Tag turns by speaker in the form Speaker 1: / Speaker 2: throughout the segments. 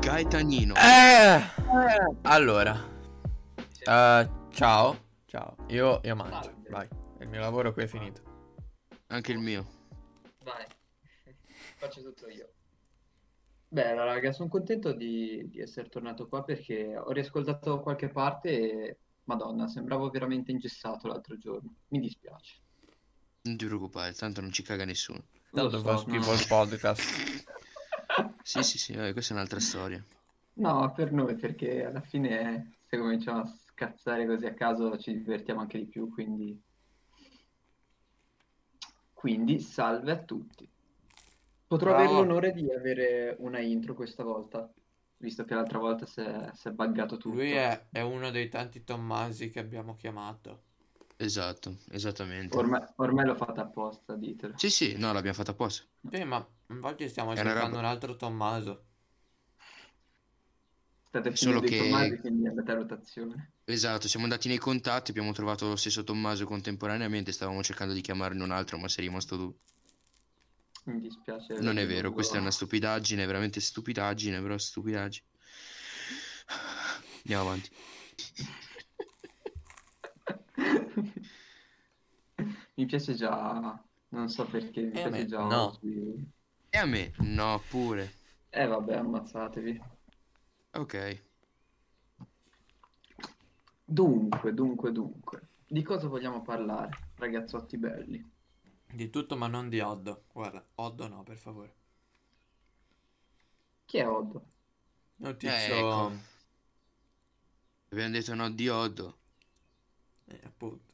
Speaker 1: Gaetanino.
Speaker 2: Eh! Allora, eh, ciao. Ciao. Io, io mangio.
Speaker 3: Salve.
Speaker 2: Vai. Il mio lavoro qui è finito.
Speaker 1: Anche il mio.
Speaker 3: Vai, faccio tutto io. Beh, allora, raga, sono contento di, di essere tornato qua perché ho riascoltato qualche parte e... Madonna, sembravo veramente ingessato l'altro giorno. Mi dispiace.
Speaker 1: Non ti preoccupare, tanto non ci caga nessuno.
Speaker 3: Lo
Speaker 2: Tanto
Speaker 3: so,
Speaker 2: fa schifo
Speaker 3: no.
Speaker 2: il podcast.
Speaker 1: Sì, sì, sì, vabbè, questa è un'altra storia.
Speaker 3: No, per noi, perché alla fine se cominciamo a scazzare così a caso ci divertiamo anche di più, quindi... Quindi, salve a tutti. Potrò avere
Speaker 2: Bravo.
Speaker 3: l'onore di avere una intro questa volta, visto che l'altra volta si è, si è buggato tutto.
Speaker 2: Lui è, è uno dei tanti Tommasi che abbiamo chiamato.
Speaker 1: Esatto, esattamente.
Speaker 3: Ormai, ormai l'ho fatta apposta, ditelo.
Speaker 1: Sì, sì, no, l'abbiamo fatta apposta.
Speaker 2: Sì, ma infatti stiamo
Speaker 1: È una
Speaker 2: cercando
Speaker 1: roba-
Speaker 2: un altro Tommaso.
Speaker 3: State
Speaker 1: Solo
Speaker 3: finendo i
Speaker 1: che-
Speaker 3: formaggi, quindi andate a rotazione.
Speaker 1: Esatto, siamo andati nei contatti, abbiamo trovato lo stesso Tommaso contemporaneamente, stavamo cercando di chiamarne un altro, ma sei rimasto tu.
Speaker 3: Mi dispiace.
Speaker 1: Non è
Speaker 3: avervi
Speaker 1: vero,
Speaker 3: dovuto-
Speaker 1: questa è una stupidaggine, veramente stupidaggine, però stupidaggine. Andiamo avanti.
Speaker 3: Mi piace già, non so perché, mi
Speaker 2: Eh,
Speaker 3: piace
Speaker 2: me-
Speaker 3: già
Speaker 2: no.
Speaker 3: oggi.
Speaker 1: E a me? No, pure.
Speaker 3: Eh vabbè, ammazzatevi.
Speaker 1: Ok.
Speaker 3: Dunque, dunque, dunque. Di cosa vogliamo parlare, ragazzotti belli?
Speaker 2: Di tutto, ma non di Oddo. Guarda, Oddo no, per favore.
Speaker 3: Chi è Oddo?
Speaker 2: È un
Speaker 1: Eh,
Speaker 2: tizio...
Speaker 1: ecco. Abbiamo detto no di Oddo.
Speaker 2: eh, appunto.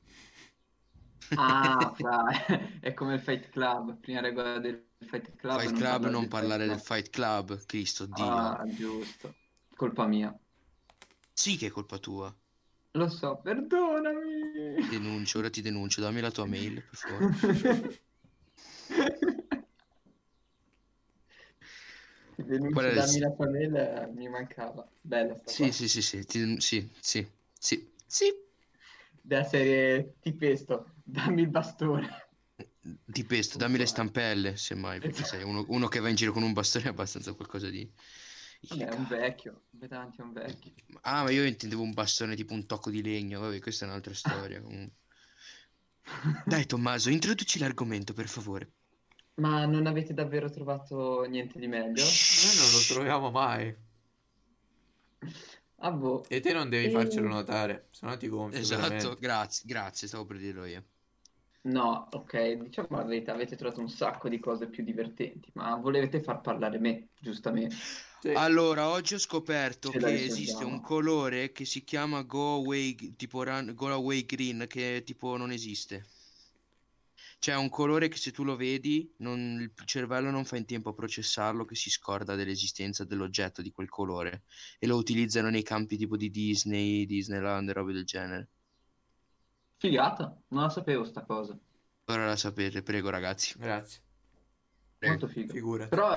Speaker 3: Ah, fra- è come il Fight Club. Prima regola del Fight Club.
Speaker 1: Fight
Speaker 3: non
Speaker 1: Club,
Speaker 3: parlare
Speaker 1: non
Speaker 3: del
Speaker 1: parlare del
Speaker 3: Fight
Speaker 1: Fight Club, Cristo, Dio.
Speaker 3: Club. Ah, giusto. Colpa mia.
Speaker 1: Sì che è colpa tua.
Speaker 3: Lo so, perdonami.
Speaker 1: Denuncio, ora ti denuncio, dammi la tua mail, per favore.
Speaker 3: Denuncio
Speaker 1: Qual è il-
Speaker 3: da Mila Pavela mi mancava. Bella sta
Speaker 1: Sì,
Speaker 3: qua.
Speaker 1: sì, sì, sì, ti- sì, sì, sì, sì.
Speaker 3: Da serie ti pesto, dammi il bastone.
Speaker 1: Ti pesto, dammi le stampelle, semmai, perché sei uno, uno che va in giro con un bastone è abbastanza qualcosa di...
Speaker 3: Vabbè, è un vecchio, Betanti è un vecchio.
Speaker 1: Ah, ma io intendevo un bastone tipo un tocco di legno, vabbè, questa è un'altra storia. comunque. Dai Tommaso, introduci l'argomento, per favore.
Speaker 3: Ma non avete davvero trovato niente di meglio?
Speaker 2: Noi non lo troviamo mai.
Speaker 3: Ah, boh.
Speaker 2: E te non devi
Speaker 3: Eh.
Speaker 2: farcelo notare, sennò ti gonfi
Speaker 1: Esatto,
Speaker 2: veramente.
Speaker 1: grazie, grazie, stavo per dirlo io.
Speaker 3: No, ok, diciamo la verità, avete trovato un sacco di cose più divertenti, ma volevate far parlare me, giustamente.
Speaker 2: Sì.
Speaker 1: Allora, oggi ho scoperto
Speaker 3: Ce la
Speaker 1: che
Speaker 3: ricordiamo.
Speaker 1: esiste un colore che si chiama Go Away, tipo run- Go Away Green, che tipo non esiste. Cioè, è un colore che se tu lo vedi, non- il cervello non fa in tempo a processarlo, che si scorda dell'esistenza dell'oggetto di quel colore. E lo utilizzano nei campi tipo di Disney, Disneyland e robe del genere.
Speaker 3: Figata, non la sapevo sta cosa.
Speaker 1: Ora la sapete, prego ragazzi.
Speaker 2: Grazie,
Speaker 1: Prego.
Speaker 3: Molto figo.
Speaker 2: figurati.
Speaker 3: Però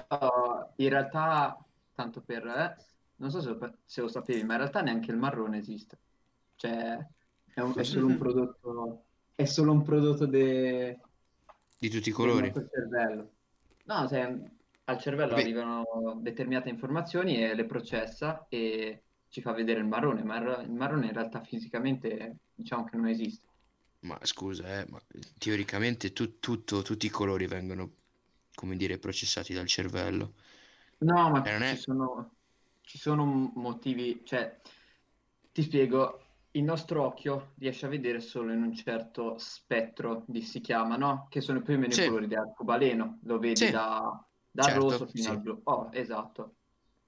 Speaker 3: eh, in realtà, tanto per... eh, non so se lo, se lo sapevi, ma in realtà neanche il marrone esiste. Cioè, è, un- è solo un prodotto... È solo un prodotto de-
Speaker 1: Di tutti i colori.
Speaker 3: del nostro cervello. No, cioè, al cervello
Speaker 1: Vabbè.
Speaker 3: arrivano determinate informazioni e le processa e ci fa vedere il marrone, ma il ra- il marrone in realtà fisicamente diciamo che non esiste.
Speaker 1: Ma scusa, eh, ma teoricamente tu- tutto- tutti i colori vengono, come dire, processati dal cervello.
Speaker 3: No, ma
Speaker 1: Eh, non è-
Speaker 3: ci sono, ci sono m- motivi, cioè, ti spiego, il nostro occhio riesce a vedere solo in un certo spettro di si chiama, no? Che sono più o meno
Speaker 1: Sì.
Speaker 3: i colori dell'arcobaleno, lo vedi
Speaker 1: Sì.
Speaker 3: da, dal
Speaker 1: Certo,
Speaker 3: rosso fino
Speaker 1: sì.
Speaker 3: al blu. Oh, esatto.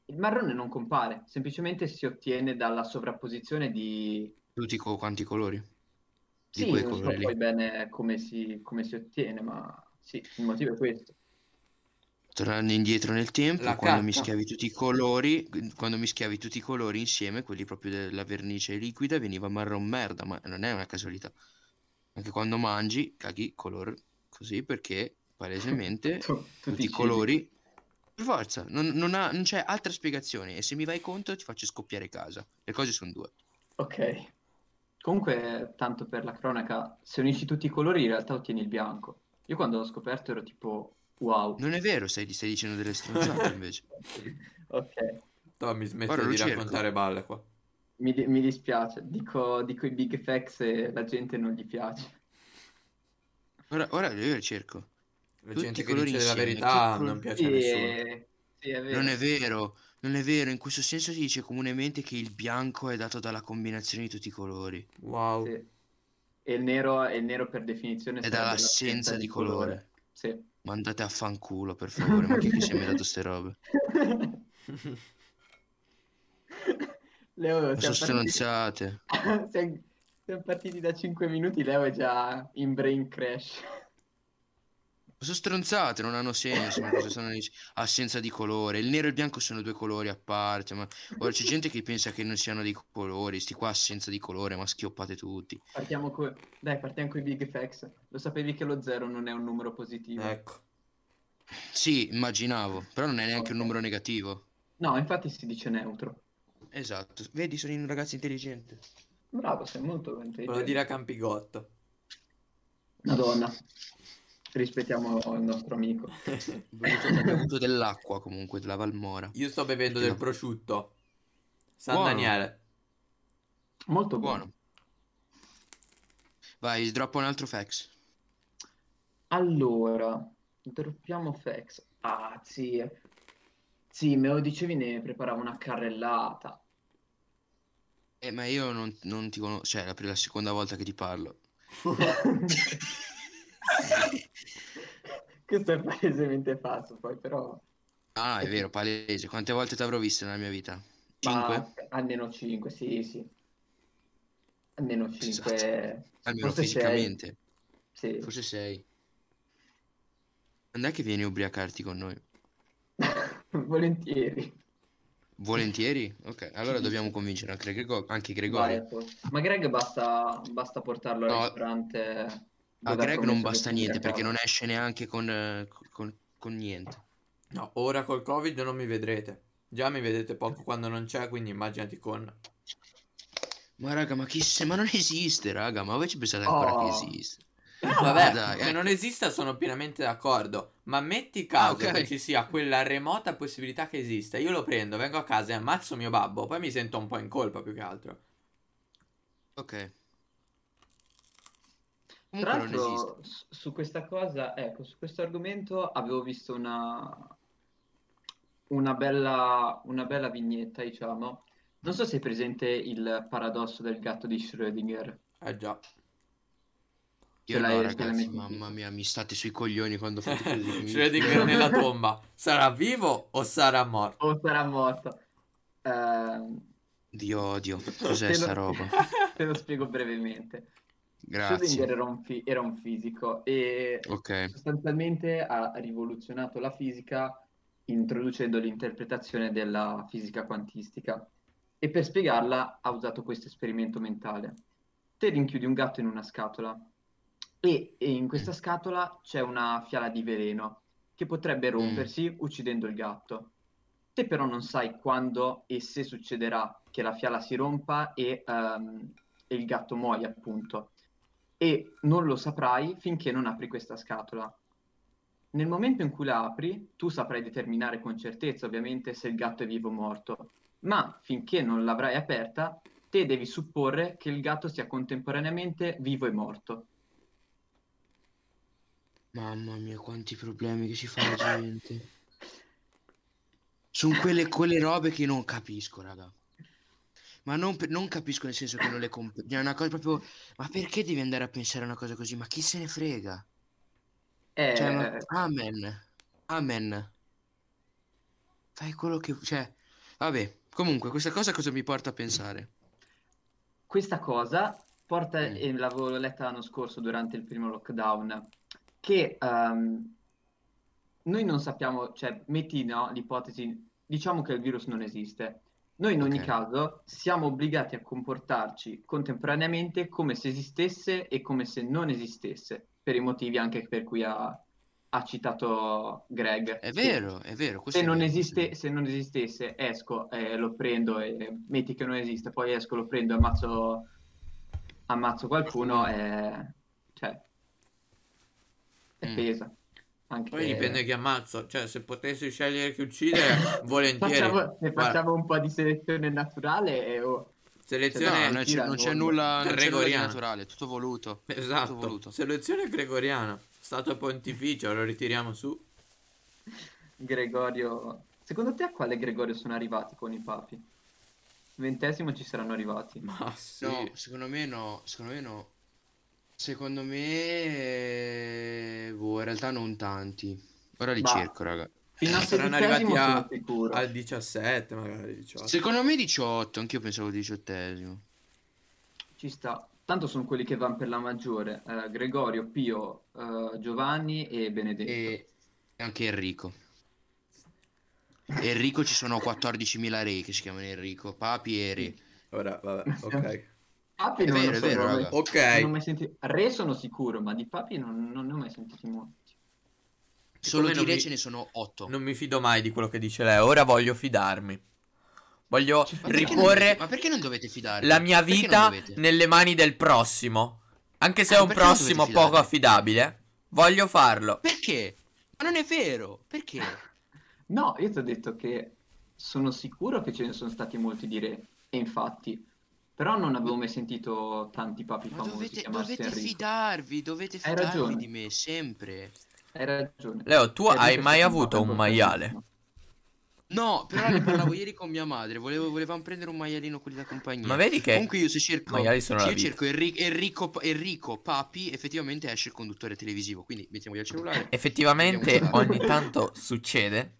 Speaker 3: Il marrone non compare, semplicemente si ottiene dalla sovrapposizione di...
Speaker 1: Tutti co- quanti i colori. Di
Speaker 3: Sì,
Speaker 1: quei
Speaker 3: non so
Speaker 1: colori lì.
Speaker 3: poi bene come si, come si ottiene, ma sì, il motivo è questo.
Speaker 1: Tornando indietro nel tempo,
Speaker 2: La
Speaker 1: quando
Speaker 2: carta.
Speaker 1: mischiavi tutti i colori, quando mischiavi tutti i colori insieme, quelli proprio della vernice liquida, veniva marron merda, ma non è una casualità. Anche quando mangi, caghi color così perché palesemente
Speaker 3: Tu-
Speaker 1: Eh, tutti i
Speaker 3: cibi.
Speaker 1: colori. Per forza, non, non ha- non c'è altra spiegazione. E se mi vai contro, ti faccio scoppiare casa. Le cose sono due.
Speaker 3: Ok. Comunque, tanto per la cronaca, se unisci tutti i colori in realtà ottieni il bianco. Io quando l'ho scoperto ero tipo wow.
Speaker 1: Non è vero, stai, stai dicendo delle stronzate invece.
Speaker 3: Ok.
Speaker 2: Però mi smetto
Speaker 1: Ora lo
Speaker 2: di
Speaker 1: cerco.
Speaker 2: raccontare balle qua.
Speaker 3: Mi, di- mi dispiace, dico, dico i big facts e la gente non gli piace.
Speaker 1: Ora, ora io le cerco.
Speaker 2: La
Speaker 1: Tutti
Speaker 2: gente che
Speaker 1: colori
Speaker 2: dice la
Speaker 1: insieme,
Speaker 2: verità
Speaker 1: che eh, col- eh,
Speaker 2: non piace a nessuno.
Speaker 3: Sì, sì, è vero.
Speaker 1: Non è vero, non è vero. In questo senso si dice comunemente che il bianco è dato dalla combinazione di tutti i colori
Speaker 2: Wow.
Speaker 3: Sì. E il nero, e il nero per definizione
Speaker 1: e
Speaker 3: sarebbe
Speaker 1: dall'assenza di colore.
Speaker 3: Sì.
Speaker 1: Ma andate a fanculo, per favore. Ma chi è che si è inventato ste robe?
Speaker 3: Leo,
Speaker 1: Ma sono
Speaker 3: siamo partiti...
Speaker 1: stronzate.
Speaker 3: siamo- siamo partiti da 5 minuti, Leo è già in brain crash.
Speaker 1: Ma sono stronzate, non hanno senso, ma cosa stanno dic- Assenza di colore. Il nero e il bianco sono due colori a parte, ma ora c'è gente che pensa che non siano dei colori, sti qua assenza di colore, ma schioppate tutti.
Speaker 3: Partiamo co- Dai, partiamo con i big facts. Lo sapevi che lo 0 non è un numero positivo?
Speaker 2: Ecco.
Speaker 1: Sì, immaginavo, però non è neanche un
Speaker 3: Ok.
Speaker 1: numero negativo.
Speaker 3: No, infatti si dice neutro.
Speaker 1: Esatto, vedi, sono un ragazzo intelligente.
Speaker 3: Bravo, sei molto
Speaker 2: Volevo
Speaker 3: intelligente.
Speaker 2: dire a Campigotto.
Speaker 3: Madonna. Rispettiamo il nostro amico. Eh.
Speaker 1: Ho bevuto dell'acqua comunque, della Valmora.
Speaker 2: Io sto bevendo del
Speaker 1: Io.
Speaker 2: prosciutto. San
Speaker 1: Buono.
Speaker 2: Daniele.
Speaker 3: Molto buono.
Speaker 1: Buono. Vai, droppa un altro fax.
Speaker 3: Allora, droppiamo fax. Ah, sì. Sì, me lo dicevi, ne preparavo una carrellata.
Speaker 1: Eh, ma io non, non ti conosco, cioè, è la, pri- la seconda volta che ti parlo.
Speaker 3: Questo è palesemente falso, poi però...
Speaker 1: Ah, è vero, palese. Quante volte ti avrò visto nella mia vita? Cinque?
Speaker 3: Ma almeno 5, sì, sì. Almeno 5.
Speaker 1: Esatto. Almeno
Speaker 3: forse sei.
Speaker 1: fisicamente.
Speaker 3: Sì.
Speaker 1: Forse sei. Quando è che vieni a ubriacarti con noi?
Speaker 3: Volentieri.
Speaker 1: Volentieri? Ok, allora
Speaker 3: Sì.
Speaker 1: dobbiamo convincere anche, Grego- anche
Speaker 3: Vai,
Speaker 1: Gregorio.
Speaker 3: appunto. ecco. Ma Greg basta, basta portarlo al
Speaker 1: No.
Speaker 3: ristorante.
Speaker 1: A
Speaker 3: dove ha
Speaker 1: Greg non
Speaker 3: promesso
Speaker 1: basta
Speaker 3: di
Speaker 1: niente
Speaker 3: venire a
Speaker 1: perché
Speaker 3: casa.
Speaker 1: non esce neanche con, eh, con- con niente.
Speaker 2: No, ora col Covid non mi vedrete. Già mi vedete poco quando non c'è, quindi immaginati con...
Speaker 1: Ma raga, ma chi se... Ma non esiste, raga. Ma voi ci pensate ancora che
Speaker 3: Oh. cioè
Speaker 1: esiste?
Speaker 2: No, vabbè,
Speaker 1: dai,
Speaker 2: che
Speaker 1: eh.
Speaker 2: non esista sono pienamente d'accordo, ma metti caso
Speaker 1: Ah, ok.
Speaker 2: che ci sia quella remota possibilità che esista, io lo prendo, vengo a casa e ammazzo mio babbo, poi mi sento un po' in colpa più che altro.
Speaker 1: Ok.
Speaker 3: Tra
Speaker 1: Comunque non esiste.
Speaker 3: l'altro, s- su questa cosa, ecco, su questo argomento avevo visto una, una bella, una bella vignetta, diciamo. Non so se è presente il paradosso del gatto di Schrödinger.
Speaker 2: Eh già,
Speaker 1: Io no,
Speaker 3: te l'hai- te l'hai
Speaker 1: ragazzi,
Speaker 3: messo in
Speaker 1: mamma
Speaker 3: giro.
Speaker 1: mia, mi state sui coglioni quando fate così. mi
Speaker 2: Schrödinger
Speaker 1: dispiace.
Speaker 2: nella tomba, sarà vivo o sarà morto?
Speaker 3: O sarà morto. Ehm,
Speaker 1: Di odio. Cos'è
Speaker 3: Te lo-
Speaker 1: sta roba?
Speaker 3: te lo spiego brevemente. Schrödinger
Speaker 1: Grazie.
Speaker 3: era un, fi- era un fisico e
Speaker 1: Ok.
Speaker 3: sostanzialmente ha rivoluzionato la fisica introducendo l'interpretazione della fisica quantistica e per spiegarla ha usato questo esperimento mentale. Te rinchiudi un gatto in una scatola e, e in questa scatola c'è una fiala di veleno che potrebbe
Speaker 1: Mm.
Speaker 3: rompersi uccidendo il gatto. Te però non sai quando e se succederà che la fiala si rompa e, ehm, e il gatto muoia, appunto. E non lo saprai finché non apri questa scatola. Nel momento in cui la apri, tu saprai determinare con certezza, ovviamente, se il gatto è vivo o morto. Ma finché non l'avrai aperta, te devi supporre che il gatto sia contemporaneamente vivo e morto.
Speaker 1: Mamma mia, quanti problemi che ci fa la gente. Sono quelle, quelle robe che non capisco, raga. Ma non, per- non capisco nel senso che non le compro. È una cosa proprio. Ma perché devi andare a pensare a una cosa così? Ma chi se ne frega?
Speaker 3: Eh,
Speaker 1: Cioè, ma- amen. Amen. Fai quello che. Cioè. Vabbè. Comunque, questa cosa cosa mi porta a pensare?
Speaker 3: Questa cosa porta,
Speaker 1: Mm.
Speaker 3: e l'avevo letta l'anno scorso durante il primo lockdown, che ehm, noi non sappiamo, cioè metti no, l'ipotesi, diciamo che il virus non esiste. Noi in ogni
Speaker 1: Ok.
Speaker 3: caso siamo obbligati a comportarci contemporaneamente come se esistesse e come se non esistesse, per i motivi anche per cui ha, ha citato Greg.
Speaker 1: È
Speaker 3: Sì.
Speaker 1: vero, è vero. questo
Speaker 3: Se
Speaker 1: è
Speaker 3: non,
Speaker 1: vero, questo è
Speaker 3: esiste,
Speaker 1: vero.
Speaker 3: se non esistesse, esco e lo prendo e metti che non esiste, poi esco, lo prendo, ammazzo, ammazzo qualcuno e... cioè... è
Speaker 1: Mm.
Speaker 3: pesa. Anche...
Speaker 2: Poi
Speaker 1: Eh.
Speaker 2: dipende chi ammazzo. Cioè, se potessi scegliere chi uccidere, volentieri.
Speaker 3: Facciamo, ne
Speaker 2: Guarda,
Speaker 3: facciamo un po' di selezione naturale e oh,
Speaker 1: No,
Speaker 2: selezione.
Speaker 1: non c'è, non c'è nulla, non c'è
Speaker 3: Gregoriano.
Speaker 1: nulla di
Speaker 2: Gregoriano.
Speaker 1: naturale, tutto voluto. Tutto
Speaker 2: Esatto.
Speaker 1: voluto.
Speaker 2: Selezione gregoriana. Stato pontificio, lo ritiriamo su.
Speaker 3: Gregorio... Secondo te a quale Gregorio sono arrivati con i papi? Ventesimo ci saranno arrivati.
Speaker 2: Ma sì.
Speaker 1: No, secondo me no, secondo me no. Secondo me... Boh, in realtà non tanti. Ora li
Speaker 3: Ma-
Speaker 1: cerco, raga.
Speaker 3: Fino al
Speaker 2: Saranno
Speaker 3: sedicesimo
Speaker 2: arrivati a-
Speaker 3: sono sicuro.
Speaker 2: Al 17, magari 18.
Speaker 1: Secondo me 18, anch'io pensavo 18esimo.
Speaker 3: Ci sta. Tanto sono quelli che vanno per la maggiore. eh, Gregorio, Pio, eh, Giovanni e Benedetto.
Speaker 1: E anche Enrico. Enrico ci sono 14.000 re che si chiamano Enrico, papi e re.
Speaker 2: Ora, vabbè, ok.
Speaker 3: Papi
Speaker 1: È
Speaker 3: non lo
Speaker 1: vero, è
Speaker 3: so,
Speaker 1: vero,
Speaker 3: non ho mai-
Speaker 1: raga.
Speaker 3: non ho
Speaker 2: Ok.
Speaker 3: mai sentito. Re sono sicuro, ma di papi non, non ne ho mai sentiti molti.
Speaker 1: Solo
Speaker 2: Siccome
Speaker 1: di
Speaker 2: non
Speaker 1: re
Speaker 2: mi-
Speaker 1: ce ne sono 8.
Speaker 2: Non mi fido mai di quello che dice lei. Ora voglio fidarmi. Voglio
Speaker 1: Ma perché non dovete,
Speaker 2: riporre
Speaker 1: ma perché non dovete fidarvi?
Speaker 2: la mia
Speaker 1: Perché non
Speaker 2: vita
Speaker 1: dovete?
Speaker 2: nelle mani del prossimo. Anche se è
Speaker 1: Ma
Speaker 2: un
Speaker 1: perché non
Speaker 2: prossimo
Speaker 1: dovete
Speaker 2: poco affidabile, voglio farlo.
Speaker 1: Perché? Ma non è vero, perché?
Speaker 3: No, io ti ho detto che sono sicuro che ce ne sono stati molti di re. E infatti, però non avevo mai sentito tanti papi
Speaker 1: Ma
Speaker 3: famosi
Speaker 1: dovete,
Speaker 3: chiamarsi
Speaker 1: dovete
Speaker 3: Enrico.
Speaker 1: fidarvi, dovete
Speaker 3: Hai
Speaker 1: fidarvi
Speaker 3: ragione.
Speaker 1: di me, sempre.
Speaker 3: Hai ragione.
Speaker 2: Leo, tu
Speaker 3: Enrico
Speaker 2: hai
Speaker 3: è
Speaker 2: mai
Speaker 3: stato un
Speaker 2: avuto
Speaker 3: papa
Speaker 2: un maiale?
Speaker 3: importantissimo.
Speaker 1: No, però ne parlavo ieri con mia madre, volevo, volevamo prendere un maialino quelli da compagnia.
Speaker 2: Ma vedi che
Speaker 1: Comunque io se cerco,
Speaker 2: magari sono
Speaker 1: se
Speaker 2: la
Speaker 1: io
Speaker 2: vita.
Speaker 1: cerco Enri- Enrico, Enrico Papi, effettivamente esce il conduttore televisivo, quindi mettiamogli al cellulare.
Speaker 2: Eh, Effettivamente
Speaker 1: Vediamo
Speaker 2: ogni
Speaker 1: se-
Speaker 2: tanto succede.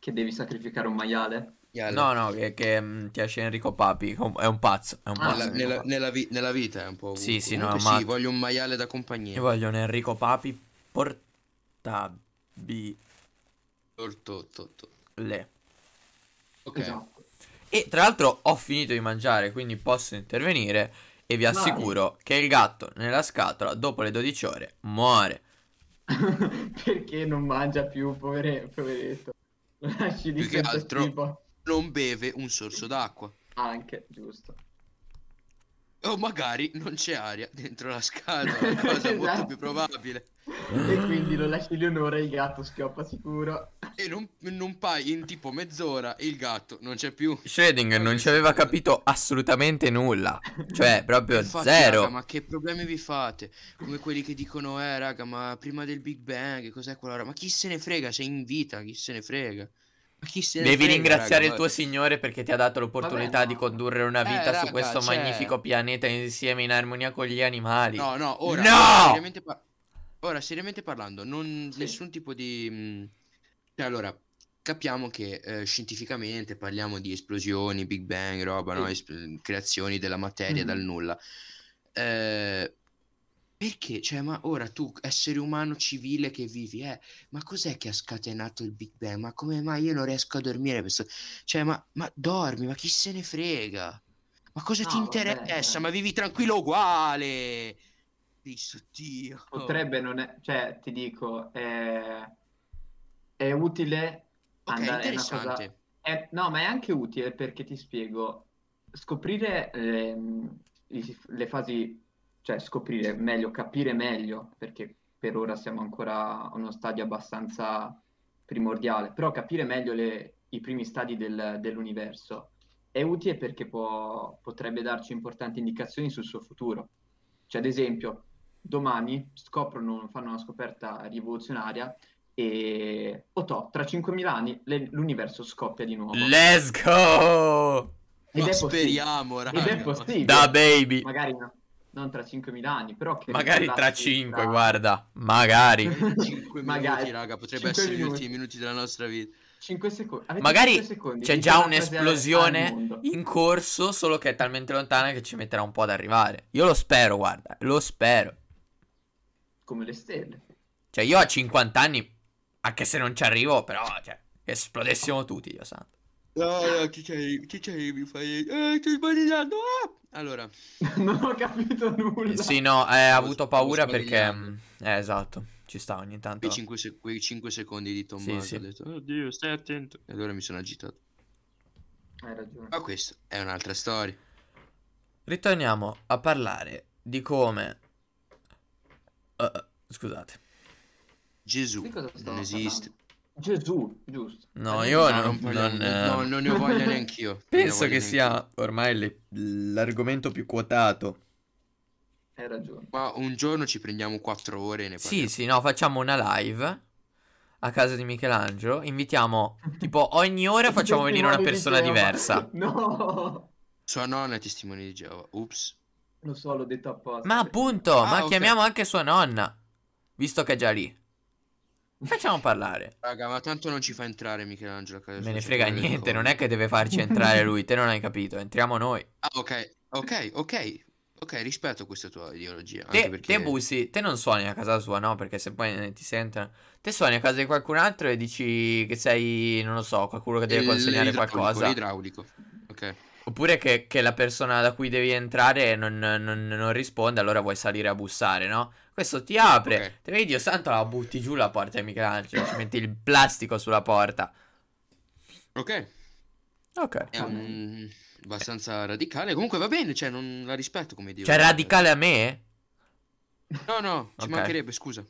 Speaker 3: Che devi sacrificare un maiale?
Speaker 1: Yalla.
Speaker 2: No, no, che, che, mm, ti esce Enrico Papi. com- È un pazzo. È un
Speaker 3: Ah,
Speaker 2: pazzo.
Speaker 1: Nella,
Speaker 2: Enrico
Speaker 1: nella-
Speaker 2: Papi.
Speaker 1: nella vi- nella vita è un po'
Speaker 2: Sì,
Speaker 1: ovunque.
Speaker 2: sì, no,
Speaker 1: Comunque
Speaker 2: ma-
Speaker 1: sì, voglio un maiale da
Speaker 2: Io
Speaker 1: compagnia.
Speaker 2: voglio un Enrico Papi portabile.
Speaker 1: Orto, to- to. Ok.
Speaker 3: Esatto.
Speaker 2: E tra l'altro ho finito di mangiare, quindi posso intervenire e vi
Speaker 3: Vai.
Speaker 2: assicuro che il gatto nella scatola dopo le 12 ore muore.
Speaker 3: Perché non mangia più, povere- poveretto. Lo lasci di
Speaker 1: Più che
Speaker 3: questo
Speaker 1: altro-
Speaker 3: tipo.
Speaker 1: Non beve un sorso d'acqua.
Speaker 3: Anche, giusto.
Speaker 1: O magari non c'è aria dentro la scatola, cosa molto
Speaker 3: Esatto.
Speaker 1: più probabile.
Speaker 3: E quindi lo lasci lì un'ora e il gatto schioppa sicuro.
Speaker 1: E non, non pai in tipo mezz'ora il gatto non c'è più.
Speaker 2: Schrödinger non ci aveva capito assolutamente nulla, cioè proprio
Speaker 1: Infatti,
Speaker 2: zero.
Speaker 1: raga, ma che problemi vi fate? Come quelli che dicono, eh, raga, ma prima del Big Bang, cos'è quella roba? Ma chi se ne frega? Sei in vita, chi se ne frega? Ma chi se ne
Speaker 2: Devi
Speaker 1: frega,
Speaker 2: ringraziare
Speaker 1: raga,
Speaker 2: il
Speaker 1: ma-
Speaker 2: tuo Signore perché ti ha dato l'opportunità
Speaker 3: Vabbè,
Speaker 2: di
Speaker 3: ma-
Speaker 2: condurre una vita
Speaker 1: Eh,
Speaker 2: su
Speaker 1: raga,
Speaker 2: questo
Speaker 1: cioè-
Speaker 2: magnifico pianeta insieme in armonia con gli animali.
Speaker 1: No, no, ora,
Speaker 2: No!
Speaker 1: ora, seriamente, par- ora, seriamente parlando, non
Speaker 3: Sì.
Speaker 1: nessun tipo di... mh, Cioè, allora, capiamo che eh, scientificamente parliamo di esplosioni, Big Bang, roba, no?
Speaker 3: Sì.
Speaker 1: Es- creazioni della materia
Speaker 3: Mhm.
Speaker 1: dal nulla. Eh, perché? Cioè, ma ora tu, essere umano civile che vivi, eh, ma cos'è che ha scatenato il Big Bang? Ma come mai io non riesco a dormire? questo- Cioè, ma, ma dormi, ma chi se ne frega? Ma cosa ti
Speaker 3: No, vabbè,
Speaker 1: interessa?
Speaker 3: eh.
Speaker 1: Ma vivi tranquillo uguale. Cristo Dio. Oh.
Speaker 3: Potrebbe non è... Cioè, ti dico, è, è utile
Speaker 1: Ok,
Speaker 3: andare... è una cosa-
Speaker 1: interessante.
Speaker 3: è- No, ma è anche utile perché ti spiego. Scoprire ehm, i- le fasi... Cioè, scoprire meglio, capire meglio, perché per ora siamo ancora a uno stadio abbastanza primordiale, però capire meglio le- i primi stadi del- dell'universo è utile perché può- potrebbe darci importanti indicazioni sul suo futuro. Cioè, ad esempio, domani scoprono, fanno una scoperta rivoluzionaria e, oh toh, tra 5.000 anni le- l'universo scoppia di nuovo.
Speaker 2: Let's go!
Speaker 3: Ed
Speaker 1: Ma
Speaker 3: è possibile.
Speaker 1: speriamo, raga.
Speaker 3: Ed è possibile.
Speaker 2: Da baby!
Speaker 3: Magari no- non tra 5.000 anni, però che
Speaker 2: Magari tra
Speaker 3: ricollassi
Speaker 2: 5,
Speaker 3: tra-
Speaker 2: guarda. Magari.
Speaker 1: 5
Speaker 3: Magari.
Speaker 1: minuti, raga, potrebbe
Speaker 3: Cinque
Speaker 1: essere gli
Speaker 3: minuti.
Speaker 1: ultimi minuti della nostra vita.
Speaker 3: 5 secondi. Avete
Speaker 2: Magari
Speaker 3: cinque secondi,
Speaker 2: c'è
Speaker 3: dite
Speaker 2: già
Speaker 3: una frase al- al
Speaker 2: un'esplosione
Speaker 3: mondo.
Speaker 2: in corso, solo che è talmente lontana che ci metterà un po' ad arrivare. Io lo spero, guarda, lo spero.
Speaker 3: come le stelle.
Speaker 2: Cioè, io a 50 anni, anche se non ci arrivo, però, cioè, che esplodessimo tutti, Dio santo.
Speaker 1: No, no, chi c'è? Chi c'è? Mi fai... Eh, sto sbagliando! ah! Allora,
Speaker 3: non ho capito nulla.
Speaker 2: Eh, Sì, no, eh, ha avuto
Speaker 1: Stavo
Speaker 2: paura perché...
Speaker 1: sbadigliando.
Speaker 2: mh, Eh, esatto, ci sta ogni tanto.
Speaker 1: quei 5, secondi di Tommaso
Speaker 2: sì.
Speaker 1: ho detto, oddio, stai attento. E allora mi sono agitato.
Speaker 3: Hai ragione.
Speaker 1: Ma questa è un'altra storia.
Speaker 2: Ritorniamo a parlare di come... eh, Scusate.
Speaker 1: Gesù
Speaker 3: Di cosa stavamo
Speaker 1: non esiste.
Speaker 3: parlando? Gesù, giusto.
Speaker 2: No,
Speaker 3: Eh,
Speaker 2: io
Speaker 1: No,
Speaker 2: non...
Speaker 1: parliamo-
Speaker 2: non, eh,
Speaker 1: no, non ne ho voglia neanch'io. Non ne
Speaker 2: Penso
Speaker 1: voglio
Speaker 2: che
Speaker 1: neanch'io.
Speaker 2: sia ormai le- l'argomento più quotato.
Speaker 3: Hai ragione.
Speaker 1: Ma un giorno ci prendiamo quattro ore e ne parliamo.
Speaker 2: Sì, sì, no, facciamo una live a casa di Michelangelo. Invitiamo, tipo, ogni ora facciamo venire una persona diversa.
Speaker 3: No,
Speaker 1: Sua nonna è testimone di Geova. Ups.
Speaker 3: lo so, l'ho detto apposta.
Speaker 2: Ma appunto,
Speaker 1: Ah,
Speaker 2: ma
Speaker 1: ok.
Speaker 2: chiamiamo anche sua nonna, visto che è già lì. Facciamo parlare.
Speaker 1: Raga, ma tanto non ci fa entrare Michelangelo a casa
Speaker 2: Me
Speaker 1: sua,
Speaker 2: ne
Speaker 1: ci
Speaker 2: frega
Speaker 1: vuole il
Speaker 2: niente,
Speaker 1: covo.
Speaker 2: non è che deve farci entrare lui, te non hai capito, entriamo noi.
Speaker 1: Ah, ok, ok, ok. Ok, rispetto questa tua ideologia.
Speaker 2: Te,
Speaker 1: anche
Speaker 2: te
Speaker 1: perché...
Speaker 2: bussi, te non suoni a casa sua, no? Perché se poi eh, ti sentono. Te suoni a casa di qualcun altro e dici che sei, non lo so, qualcuno che deve
Speaker 1: Il-
Speaker 2: consegnare
Speaker 1: l'idraulico,
Speaker 2: qualcosa.
Speaker 1: L'idraulico. Ok.
Speaker 2: Oppure che, che la persona da cui devi entrare non, non- non risponde, allora vuoi salire a bussare, no? Questo ti apre,
Speaker 1: Ok.
Speaker 2: te vedi, Dio santo, la butti giù la porta di Michelangelo, ci metti il plastico sulla porta.
Speaker 1: Ok.
Speaker 2: Ok.
Speaker 1: È un... abbastanza radicale. Comunque va bene, cioè non la rispetto come
Speaker 2: Cioè,
Speaker 1: ideologia.
Speaker 2: radicale a me?
Speaker 1: No, no, ci
Speaker 2: Ok.
Speaker 1: mancherebbe, scusa.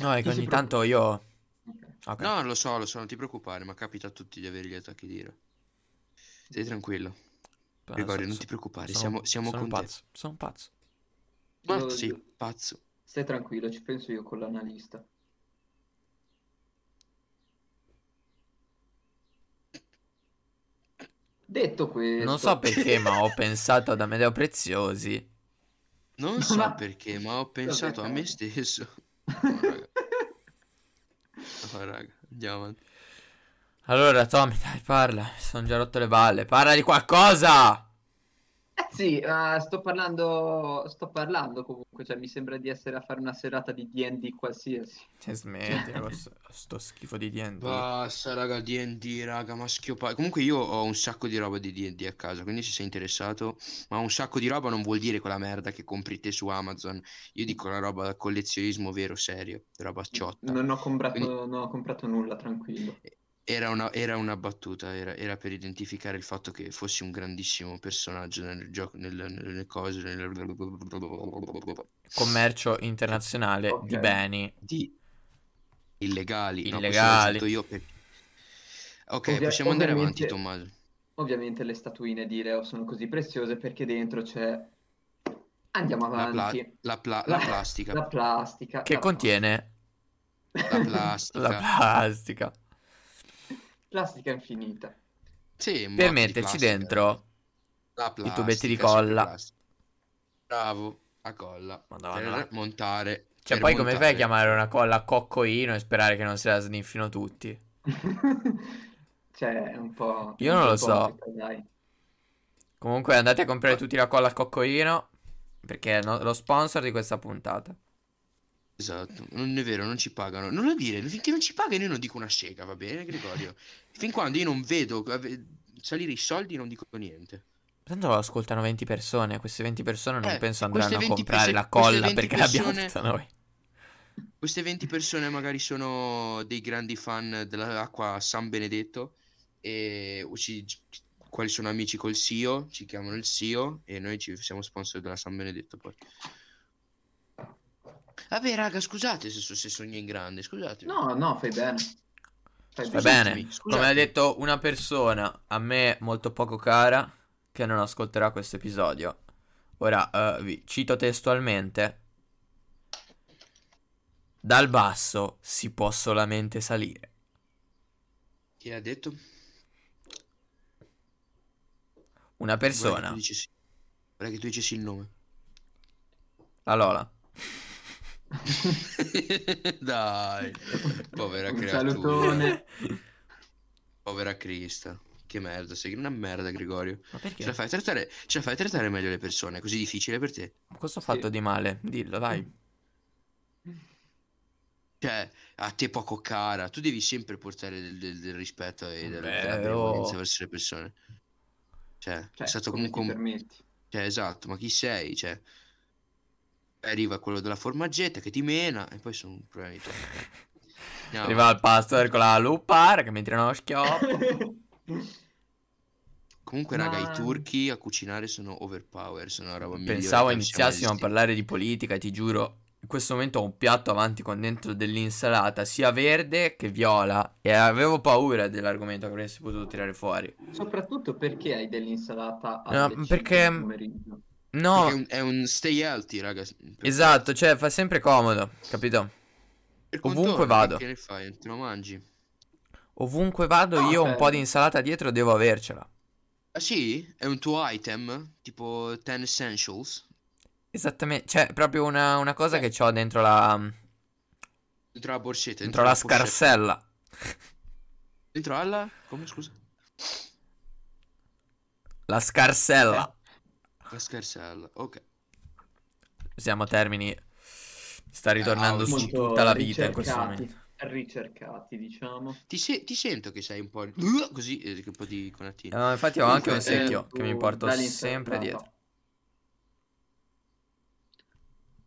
Speaker 2: No, è che
Speaker 3: Sì, sì,
Speaker 2: ogni
Speaker 3: proprio.
Speaker 2: tanto io...
Speaker 3: Ok.
Speaker 2: Ok.
Speaker 1: No, lo so, lo so, non ti preoccupare, ma capita a tutti di avere gli attacchi di ira. Stai tranquillo.
Speaker 2: Però
Speaker 1: Gregorio,
Speaker 2: so-
Speaker 1: non
Speaker 2: Ah, so-
Speaker 1: ti preoccupare,
Speaker 2: sono-
Speaker 1: siamo, siamo
Speaker 2: sono
Speaker 1: con te.
Speaker 2: pazzo, sono pazzo.
Speaker 1: Ma
Speaker 3: Io-
Speaker 1: sei pazzo.
Speaker 3: Stai tranquillo, ci penso io con l'analista. Detto questo,
Speaker 2: Non so perché, ma ho pensato ad Amedeo Preziosi.
Speaker 1: Non so
Speaker 3: Ma-
Speaker 1: perché, ma ho pensato a me stesso. raga. Oh, raga, andiamo avanti.
Speaker 2: Allora, Tommy, dai, parla. Mi sono già rotto le balle. Parla di qualcosa!
Speaker 3: Eh sì, ma sto parlando, sto parlando comunque, cioè mi sembra di essere a fare una serata di D&D qualsiasi.
Speaker 2: Cioè, smettila con sto, sto schifo di D&D.
Speaker 1: Basta, raga, D&D, raga, ma schiopa. Comunque io ho un sacco di roba di D&D a casa, quindi se sei interessato, ma un sacco di roba non vuol dire quella merda che compri te su Amazon. Io dico la roba da collezionismo vero, serio, roba ciotta.
Speaker 3: Non ho comprato,
Speaker 1: Quindi-
Speaker 3: non ho comprato nulla, tranquillo.
Speaker 1: Era una, era una battuta, era, era per identificare il fatto che fossi un grandissimo personaggio nel gioco, nel- nelle cose, nel-
Speaker 2: Commercio internazionale
Speaker 3: Ok.
Speaker 2: di beni.
Speaker 1: di illegali. no, questo l'ho
Speaker 2: Illegali.
Speaker 1: detto io per- Ok,
Speaker 3: Ovvia-
Speaker 1: possiamo andare avanti,
Speaker 3: ovviamente-
Speaker 1: Tommaso.
Speaker 3: Ovviamente le statuine di Leo sono così preziose perché dentro c'è... Andiamo
Speaker 1: La, pla-
Speaker 3: avanti.
Speaker 1: la pla- la
Speaker 3: La-
Speaker 1: plastica,
Speaker 3: La plastica.
Speaker 2: Che
Speaker 3: la
Speaker 2: contiene
Speaker 1: la plastica.
Speaker 2: la plastica.
Speaker 3: Plastica infinita.
Speaker 1: Sì, un
Speaker 2: Per
Speaker 1: botto di
Speaker 2: metterci
Speaker 1: plastica.
Speaker 2: dentro...
Speaker 1: La
Speaker 2: i tubetti di
Speaker 1: plastica, sempre
Speaker 2: colla.
Speaker 1: plastica. Bravo, a colla.
Speaker 2: Madonna.
Speaker 1: Per montare.
Speaker 2: Eh. Cioè,
Speaker 1: per
Speaker 2: poi come fai
Speaker 1: montare.
Speaker 2: a chiamare una colla coccoino e sperare che non se la sniffino tutti?
Speaker 3: Cioè, è un po'...
Speaker 2: Io non
Speaker 3: un
Speaker 2: lo
Speaker 3: po'
Speaker 2: so.
Speaker 3: ipocrita, dai.
Speaker 2: Comunque andate a comprare tutti la colla coccoino perché è no- lo sponsor di questa puntata.
Speaker 1: Esatto, non è vero, non ci pagano. Non lo dire, finché non ci pagano io non dico una sega, va bene, Gregorio? Fin quando io non vedo ave- salire i soldi non dico niente.
Speaker 2: Tanto lo ascoltano 20 persone, queste 20 persone non
Speaker 1: Eh,
Speaker 2: penso
Speaker 1: queste
Speaker 2: andranno a
Speaker 1: 20
Speaker 2: comprare
Speaker 1: perso-
Speaker 2: la
Speaker 1: queste
Speaker 2: colla
Speaker 1: 20
Speaker 2: perché l'abbiamo
Speaker 1: persone-
Speaker 2: tutta noi.
Speaker 1: Queste 20 persone magari sono dei grandi fan dell'acqua San Benedetto e ci- quali sono amici col SIO, ci chiamano il SIO e noi ci siamo sponsor della San Benedetto poi. Vabbè raga, scusate se, so- se sogno in grande, scusate.
Speaker 3: No, no, fai bene. Fai
Speaker 2: Va
Speaker 1: Scusatemi,
Speaker 2: bene, come
Speaker 1: scusatemi.
Speaker 2: ha detto una persona a me molto poco cara che non ascolterà questo episodio. Ora eh, vi cito testualmente. Dal basso si può solamente salire.
Speaker 1: Chi l'ha detto? Guarda
Speaker 2: Una
Speaker 1: che tu
Speaker 2: persona,
Speaker 1: dicessi- Guarda che tu dicessi il nome.
Speaker 2: la Lola.
Speaker 1: Dai, povera
Speaker 3: Un
Speaker 1: creatura.
Speaker 3: salutone.
Speaker 1: Povera Crista. Che merda, sei una merda, Gregorio. Ce
Speaker 2: Ma perché?
Speaker 1: la fai a trattare, ce la fai a trattare meglio le persone, è così difficile per te.
Speaker 2: Cosa ho fatto
Speaker 3: Sì.
Speaker 2: di male? Dillo, dai.
Speaker 1: Cioè, a te poco cara, tu devi sempre portare del, del- del rispetto e del-
Speaker 2: Beh,
Speaker 1: della benevolenza
Speaker 2: oh.
Speaker 1: verso le persone. Cioè,
Speaker 3: Cioè,
Speaker 1: è stato
Speaker 3: come
Speaker 1: comunque
Speaker 3: ti
Speaker 1: un...
Speaker 3: permetti.
Speaker 1: Cioè, esatto, ma chi sei? Cioè, arriva quello della formaggetta che ti mena e poi sono un problema di te. Andiamo
Speaker 2: Arriva al pastor con la lupara che mi tira uno schioppo.
Speaker 1: Comunque, raga,
Speaker 3: Ma-
Speaker 1: i turchi a cucinare sono overpower, sono la roba migliore
Speaker 2: Pensavo
Speaker 1: che possiamo
Speaker 2: iniziassimo a
Speaker 1: esistere.
Speaker 2: parlare di politica, ti giuro. in questo momento ho un piatto avanti con dentro dell'insalata sia verde che viola e avevo paura dell'argomento che avresti potuto tirare fuori.
Speaker 3: Soprattutto perché hai dell'insalata
Speaker 2: No,
Speaker 3: alle 5
Speaker 2: perché-
Speaker 3: del pomeriggio.
Speaker 2: No,
Speaker 1: Perché È, un, è un stay healthy, raga. Per-
Speaker 2: esatto, cioè fa sempre comodo, capito?
Speaker 1: per
Speaker 2: ovunque
Speaker 1: contorno,
Speaker 2: vado.
Speaker 1: Che ne fai? Te lo mangi?
Speaker 2: Ovunque vado
Speaker 3: Ah,
Speaker 2: io un po'
Speaker 3: bello.
Speaker 2: di insalata dietro devo avercela.
Speaker 1: Ah sì? È un tuo item? Tipo 10 essentials?
Speaker 2: Esattamente, cioè proprio una, una
Speaker 1: Eh.
Speaker 2: cosa che ho dentro la,
Speaker 1: Dentro la borsetta?
Speaker 2: dentro la
Speaker 1: borsetta.
Speaker 2: scarsella.
Speaker 1: Dentro alla... Come scusa?
Speaker 2: La scarsella.
Speaker 1: Eh. La scarsella, ok.
Speaker 2: Usiamo termini. Sta ritornando su
Speaker 3: Ah, Molto
Speaker 2: tutta la vita in questo
Speaker 3: ricercati,
Speaker 2: momento.
Speaker 3: Ricercati, diciamo.
Speaker 1: Ti, se- ti sento che sei un po'... il- Così, eh, un po' di conattina.
Speaker 2: Eh, infatti ho anche
Speaker 3: Comunque,
Speaker 2: un secchio
Speaker 3: eh,
Speaker 2: che mi
Speaker 3: tu
Speaker 2: porto
Speaker 3: dall'insalata.
Speaker 2: sempre dietro.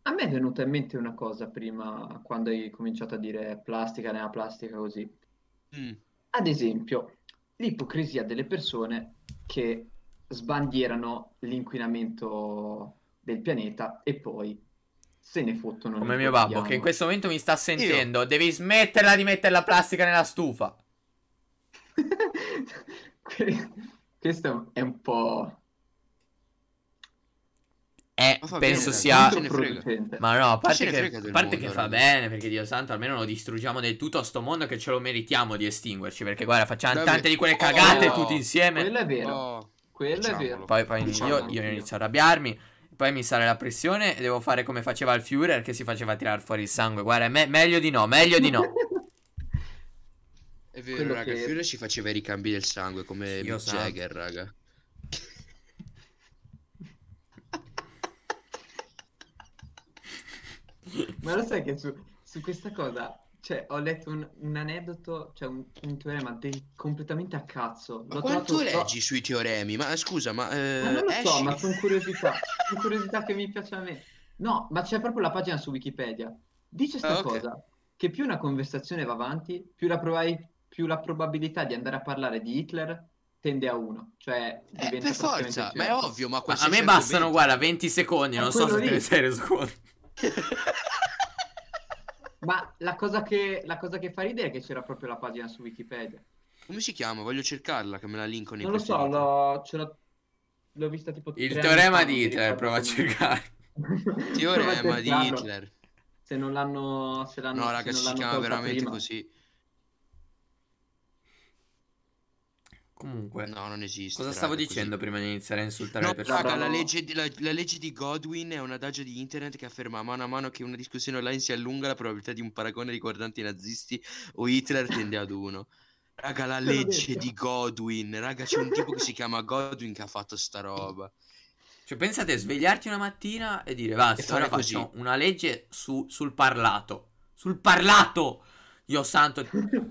Speaker 3: A me è venuta in mente una cosa prima, quando hai cominciato a dire plastica nella plastica così.
Speaker 2: Eh.
Speaker 1: Mm.
Speaker 3: Ad esempio, l'ipocrisia delle persone che sbandierano l'inquinamento del pianeta e poi se ne fottono
Speaker 2: Come
Speaker 3: nel
Speaker 2: mio babbo
Speaker 3: quotidiano.
Speaker 2: che in questo momento mi sta sentendo. Devi smetterla di mettere la plastica nella stufa.
Speaker 3: Que- Questo è un- è un po'
Speaker 2: Eh,
Speaker 1: Ma fa bene,
Speaker 2: penso
Speaker 1: dai,
Speaker 2: sia...
Speaker 1: non ce ne frega.
Speaker 3: controproducente.
Speaker 2: Ma no, a
Speaker 1: se
Speaker 2: parte
Speaker 1: ne
Speaker 2: che,
Speaker 1: frega del
Speaker 2: a parte che
Speaker 1: mondo,
Speaker 2: fa
Speaker 1: raga.
Speaker 2: bene, perché Dio santo, almeno lo distruggiamo del tutto sto mondo che ce lo meritiamo di estinguerci, perché guarda, facciamo
Speaker 1: Vabbè.
Speaker 2: tante di quelle cagate
Speaker 3: Oh.
Speaker 2: tutti insieme.
Speaker 3: Quello è vero,
Speaker 1: Oh,
Speaker 3: quello è
Speaker 1: diciamolo.
Speaker 3: vero.
Speaker 2: Poi, poi io,
Speaker 3: Diciamolo
Speaker 2: io
Speaker 3: anch'io.
Speaker 2: inizio a arrabbiarmi, poi mi sale la pressione e devo fare come faceva il Führer che si faceva tirare fuori il sangue. Guarda, me- meglio di no, meglio di no.
Speaker 1: è vero,
Speaker 3: quello
Speaker 1: raga.
Speaker 3: che-
Speaker 1: Fiore ci faceva i ricambi del sangue come
Speaker 2: Dio
Speaker 1: Mick
Speaker 2: santo.
Speaker 1: Jagger, raga.
Speaker 3: Ma lo sai che su, su questa cosa, cioè, ho letto un, un aneddoto, cioè un, un teorema del- completamente a cazzo.
Speaker 1: Ma
Speaker 3: L'ho
Speaker 1: quanto
Speaker 3: trovato-
Speaker 1: leggi sui teoremi? Ma scusa, ma... eh,
Speaker 3: Ma non lo so,
Speaker 1: esci?
Speaker 3: ma sono curiosità, sono curiosità che mi piace a me. No, ma c'è proprio la pagina su Wikipedia. Dice sta
Speaker 1: Ah, ok.
Speaker 3: cosa, che più una conversazione va avanti, più la, probai- più la probabilità di andare a parlare di Hitler tende a uno. Cioè,
Speaker 1: Eh,
Speaker 3: diventa
Speaker 1: per
Speaker 3: praticamente
Speaker 1: forza,
Speaker 3: certo.
Speaker 1: ma è ovvio, ma
Speaker 2: Ma
Speaker 1: qua
Speaker 2: a me bastano, guarda, 20 secondi,
Speaker 3: È
Speaker 2: non so
Speaker 3: quello
Speaker 2: se te
Speaker 3: lì.
Speaker 2: ne sei reso conto.
Speaker 3: Ma la cosa che, la cosa che fa ridere è che c'era proprio la pagina su Wikipedia.
Speaker 1: Come si chiama? Voglio cercarla, che me la linko nei
Speaker 3: Non lo so,
Speaker 1: preferiti.
Speaker 3: l'ho, ce l'ho, l'ho vista tipo
Speaker 2: Il
Speaker 1: Cioè,
Speaker 3: tre
Speaker 2: teorema
Speaker 3: anni fa, non
Speaker 2: di
Speaker 3: mi
Speaker 2: Hitler,
Speaker 3: ricordo
Speaker 2: prova a
Speaker 3: come-
Speaker 2: cercare.
Speaker 3: Prova a
Speaker 1: Teorema di
Speaker 3: cercarlo.
Speaker 1: Hitler.
Speaker 3: Se non l'hanno, se l'hanno,
Speaker 1: No,
Speaker 3: se
Speaker 1: raga,
Speaker 3: non
Speaker 1: si
Speaker 3: l'hanno
Speaker 1: chiama
Speaker 3: tolta
Speaker 1: veramente
Speaker 3: prima.
Speaker 1: così.
Speaker 2: Comunque,
Speaker 1: No, non esiste.
Speaker 2: cosa stavo
Speaker 1: raga, così.
Speaker 2: dicendo prima di iniziare a insultare
Speaker 1: No,
Speaker 2: le persone?
Speaker 1: raga,
Speaker 3: No,
Speaker 1: la
Speaker 3: no.
Speaker 1: legge, di, la- la legge di Godwin è un adagio di internet che afferma mano a mano che una discussione online si allunga la probabilità di un paragone riguardante i nazisti o Hitler tende ad uno. Raga, la
Speaker 3: Te l'ho
Speaker 1: legge
Speaker 3: detto.
Speaker 1: di Godwin. Raga, c'è un tipo che si chiama Godwin che ha fatto sta roba.
Speaker 2: Cioè, pensate a svegliarti una mattina e dire, va,
Speaker 1: E fare
Speaker 2: ora
Speaker 1: così.
Speaker 2: faccio una legge su- sul parlato. Sul parlato! Dio santo.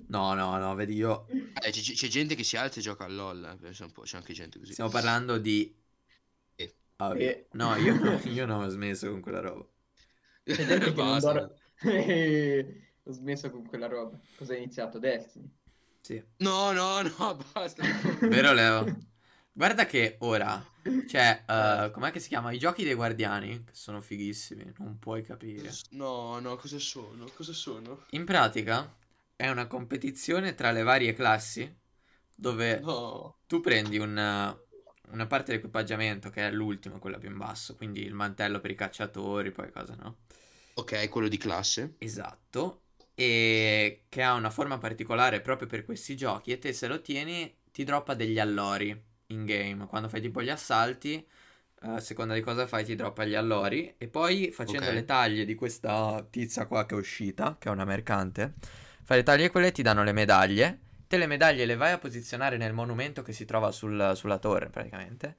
Speaker 2: No, no, no, vedi, io...
Speaker 1: Eh, c'è, c'è gente che si alza e gioca a LOL. eh, pensa un po', c'è anche gente così.
Speaker 2: Stiamo parlando di...
Speaker 1: Eh.
Speaker 2: Ah, io-
Speaker 3: Eh.
Speaker 2: No, io, no, io non ho smesso con quella roba.
Speaker 3: C'è gente che non
Speaker 1: Basta.
Speaker 3: dorme. Eh, Ho smesso con quella roba. Cosa hai iniziato? Destiny.
Speaker 2: Sì.
Speaker 1: No, no, no, basta.
Speaker 2: Vero, Leo? Guarda che ora... Cioè, eh, com'è che si chiama? I giochi dei guardiani, che sono fighissimi, non puoi capire.
Speaker 1: No, no, cosa sono? Cosa sono?
Speaker 2: In pratica è una competizione tra le varie classi dove
Speaker 1: No.
Speaker 2: tu prendi una, una parte dell'equipaggiamento che è l'ultima, quella più in basso, quindi il mantello per i cacciatori, poi cosa no?
Speaker 1: Ok, quello di classe.
Speaker 2: Esatto, e che ha una forma particolare proprio per questi giochi e te se lo tieni ti droppa degli allori in game, quando fai tipo gli assalti, eh, a seconda di cosa fai ti droppa gli allori e poi facendo
Speaker 1: Ok.
Speaker 2: le taglie di questa tizia qua che è uscita, che è una mercante, fai le taglie quelle e ti danno le medaglie, te le medaglie le vai a posizionare nel monumento che si trova sul- sulla torre praticamente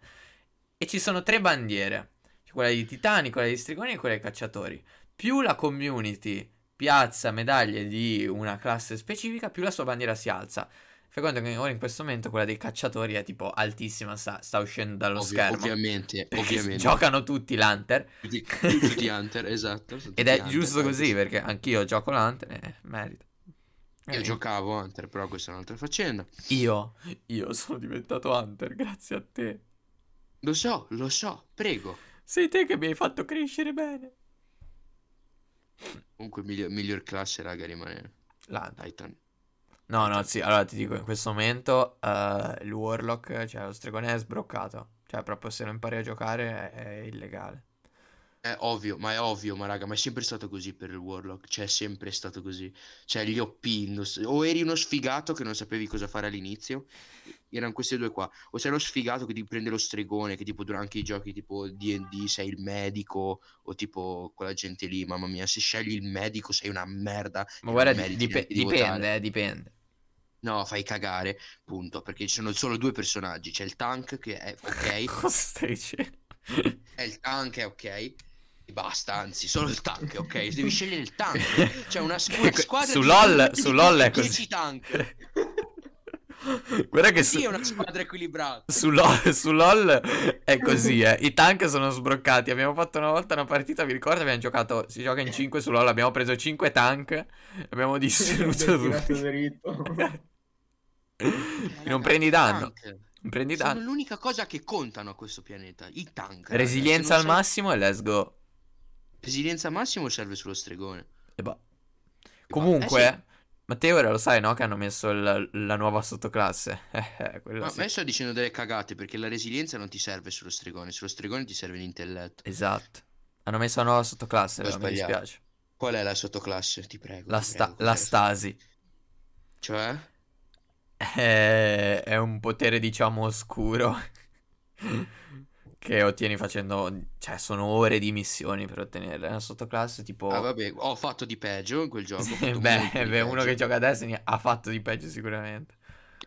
Speaker 2: e ci sono tre bandiere, C'è quella dei titani, quella dei strigoni e quella dei cacciatori, più la community piazza medaglie di una classe specifica, più la sua bandiera si alza. Fai conto che ora in questo momento quella dei cacciatori è tipo altissima, sta, sta uscendo dallo
Speaker 1: Ovvio-
Speaker 2: schermo.
Speaker 1: Ovviamente,
Speaker 2: Perché
Speaker 1: ovviamente.
Speaker 2: Giocano tutti l'Hunter.
Speaker 1: Tutti, tutti Hunter, esatto. sono
Speaker 2: Ed
Speaker 1: tutti
Speaker 2: è
Speaker 1: Hunter,
Speaker 2: giusto
Speaker 1: tanto
Speaker 2: così
Speaker 1: sì.
Speaker 2: perché anch'io gioco l'Hunter e merito.
Speaker 1: Io
Speaker 2: Eh,
Speaker 1: giocavo Hunter, però questa è un'altra faccenda.
Speaker 2: io, io sono diventato Hunter grazie a te.
Speaker 1: Lo so, lo so, prego.
Speaker 2: Sei te che mi hai fatto crescere bene.
Speaker 1: Comunque miglior, miglior classe, raga, rimane
Speaker 2: L'Hunter.
Speaker 1: Titan.
Speaker 2: No, no, sì, allora ti dico, in questo momento eh, il Warlock, cioè lo stregone è sbroccato. Cioè, proprio se lo impari a giocare è, è illegale.
Speaker 1: È ovvio, ma è ovvio, ma raga, ma è sempre stato così per il Warlock, cioè è sempre stato così. Cioè gli OP, indoss- o eri uno sfigato che non sapevi cosa fare all'inizio, erano queste due qua, o sei lo sfigato che ti prende lo stregone, che tipo durante anche i giochi tipo D&D sei il medico, o tipo quella gente lì, mamma mia, se scegli il medico sei una merda,
Speaker 2: Ma guarda, di-
Speaker 1: meriti
Speaker 2: dip-
Speaker 1: neanche di
Speaker 2: dipende,
Speaker 1: votare.
Speaker 2: eh, dipende.
Speaker 1: no, fai cagare, punto, perché ci sono solo due personaggi, c'è il tank che è ok,
Speaker 2: Cosa stai dicendo?
Speaker 1: è il tank è ok, e basta, anzi, solo il tank è ok, devi scegliere il tank. Cioè, una squ-
Speaker 2: Que-
Speaker 1: squadra
Speaker 2: Ecco, su
Speaker 1: di-
Speaker 2: LOL,
Speaker 1: di
Speaker 2: su LOL è
Speaker 1: 10
Speaker 2: così.
Speaker 1: tank.
Speaker 2: Guarda che su,
Speaker 1: Sì, è una squadra equilibrata.
Speaker 2: su LOL, su LOL è così, eh. I tank sono sbroccati. Abbiamo fatto una volta una partita, vi ricordo, abbiamo giocato, si gioca in 5 su LOL, abbiamo preso 5 tank, abbiamo distrutto
Speaker 3: Tirato
Speaker 2: tutti.
Speaker 3: dritto.
Speaker 2: Non
Speaker 1: Ragazzi,
Speaker 2: prendi
Speaker 1: i
Speaker 2: danno,
Speaker 1: tank
Speaker 2: non prendi
Speaker 1: Sono
Speaker 2: danno.
Speaker 1: l'unica cosa che contano a questo pianeta, i tank. raga. Se non
Speaker 2: Resilienza al
Speaker 1: sai-
Speaker 2: massimo e let's go.
Speaker 1: Resilienza al massimo serve sullo stregone.
Speaker 2: E boh. Comunque,
Speaker 1: Eh sì.
Speaker 2: Matteo, ora lo sai, no? Che hanno messo il- la nuova sottoclasse. Eh, eh, quello
Speaker 1: Ma
Speaker 2: sì.
Speaker 1: me sto dicendo delle cagate perché la resilienza non ti serve sullo stregone, sullo stregone ti serve l'intelletto.
Speaker 2: Esatto. Hanno messo la nuova sottoclasse,
Speaker 1: Ho
Speaker 2: però mi
Speaker 1: sbagliato.
Speaker 2: dispiace.
Speaker 1: Qual è la sottoclasse? Ti prego.
Speaker 2: La,
Speaker 1: ti
Speaker 2: sta-
Speaker 1: prego, qual
Speaker 2: la
Speaker 1: è la-
Speaker 2: stasi.
Speaker 1: Cioè?
Speaker 2: Eh, è un potere, diciamo, oscuro. che ottieni facendo... Cioè, sono ore di missioni per ottenere la sottoclasse, tipo...
Speaker 1: Ah, vabbè, ho fatto di peggio in quel gioco. ho
Speaker 2: Sì,
Speaker 1: fatto
Speaker 2: Oh. beh,
Speaker 1: molto di
Speaker 2: beh, uno
Speaker 1: peggio.
Speaker 2: che gioca adesso ne- ha fatto di peggio sicuramente.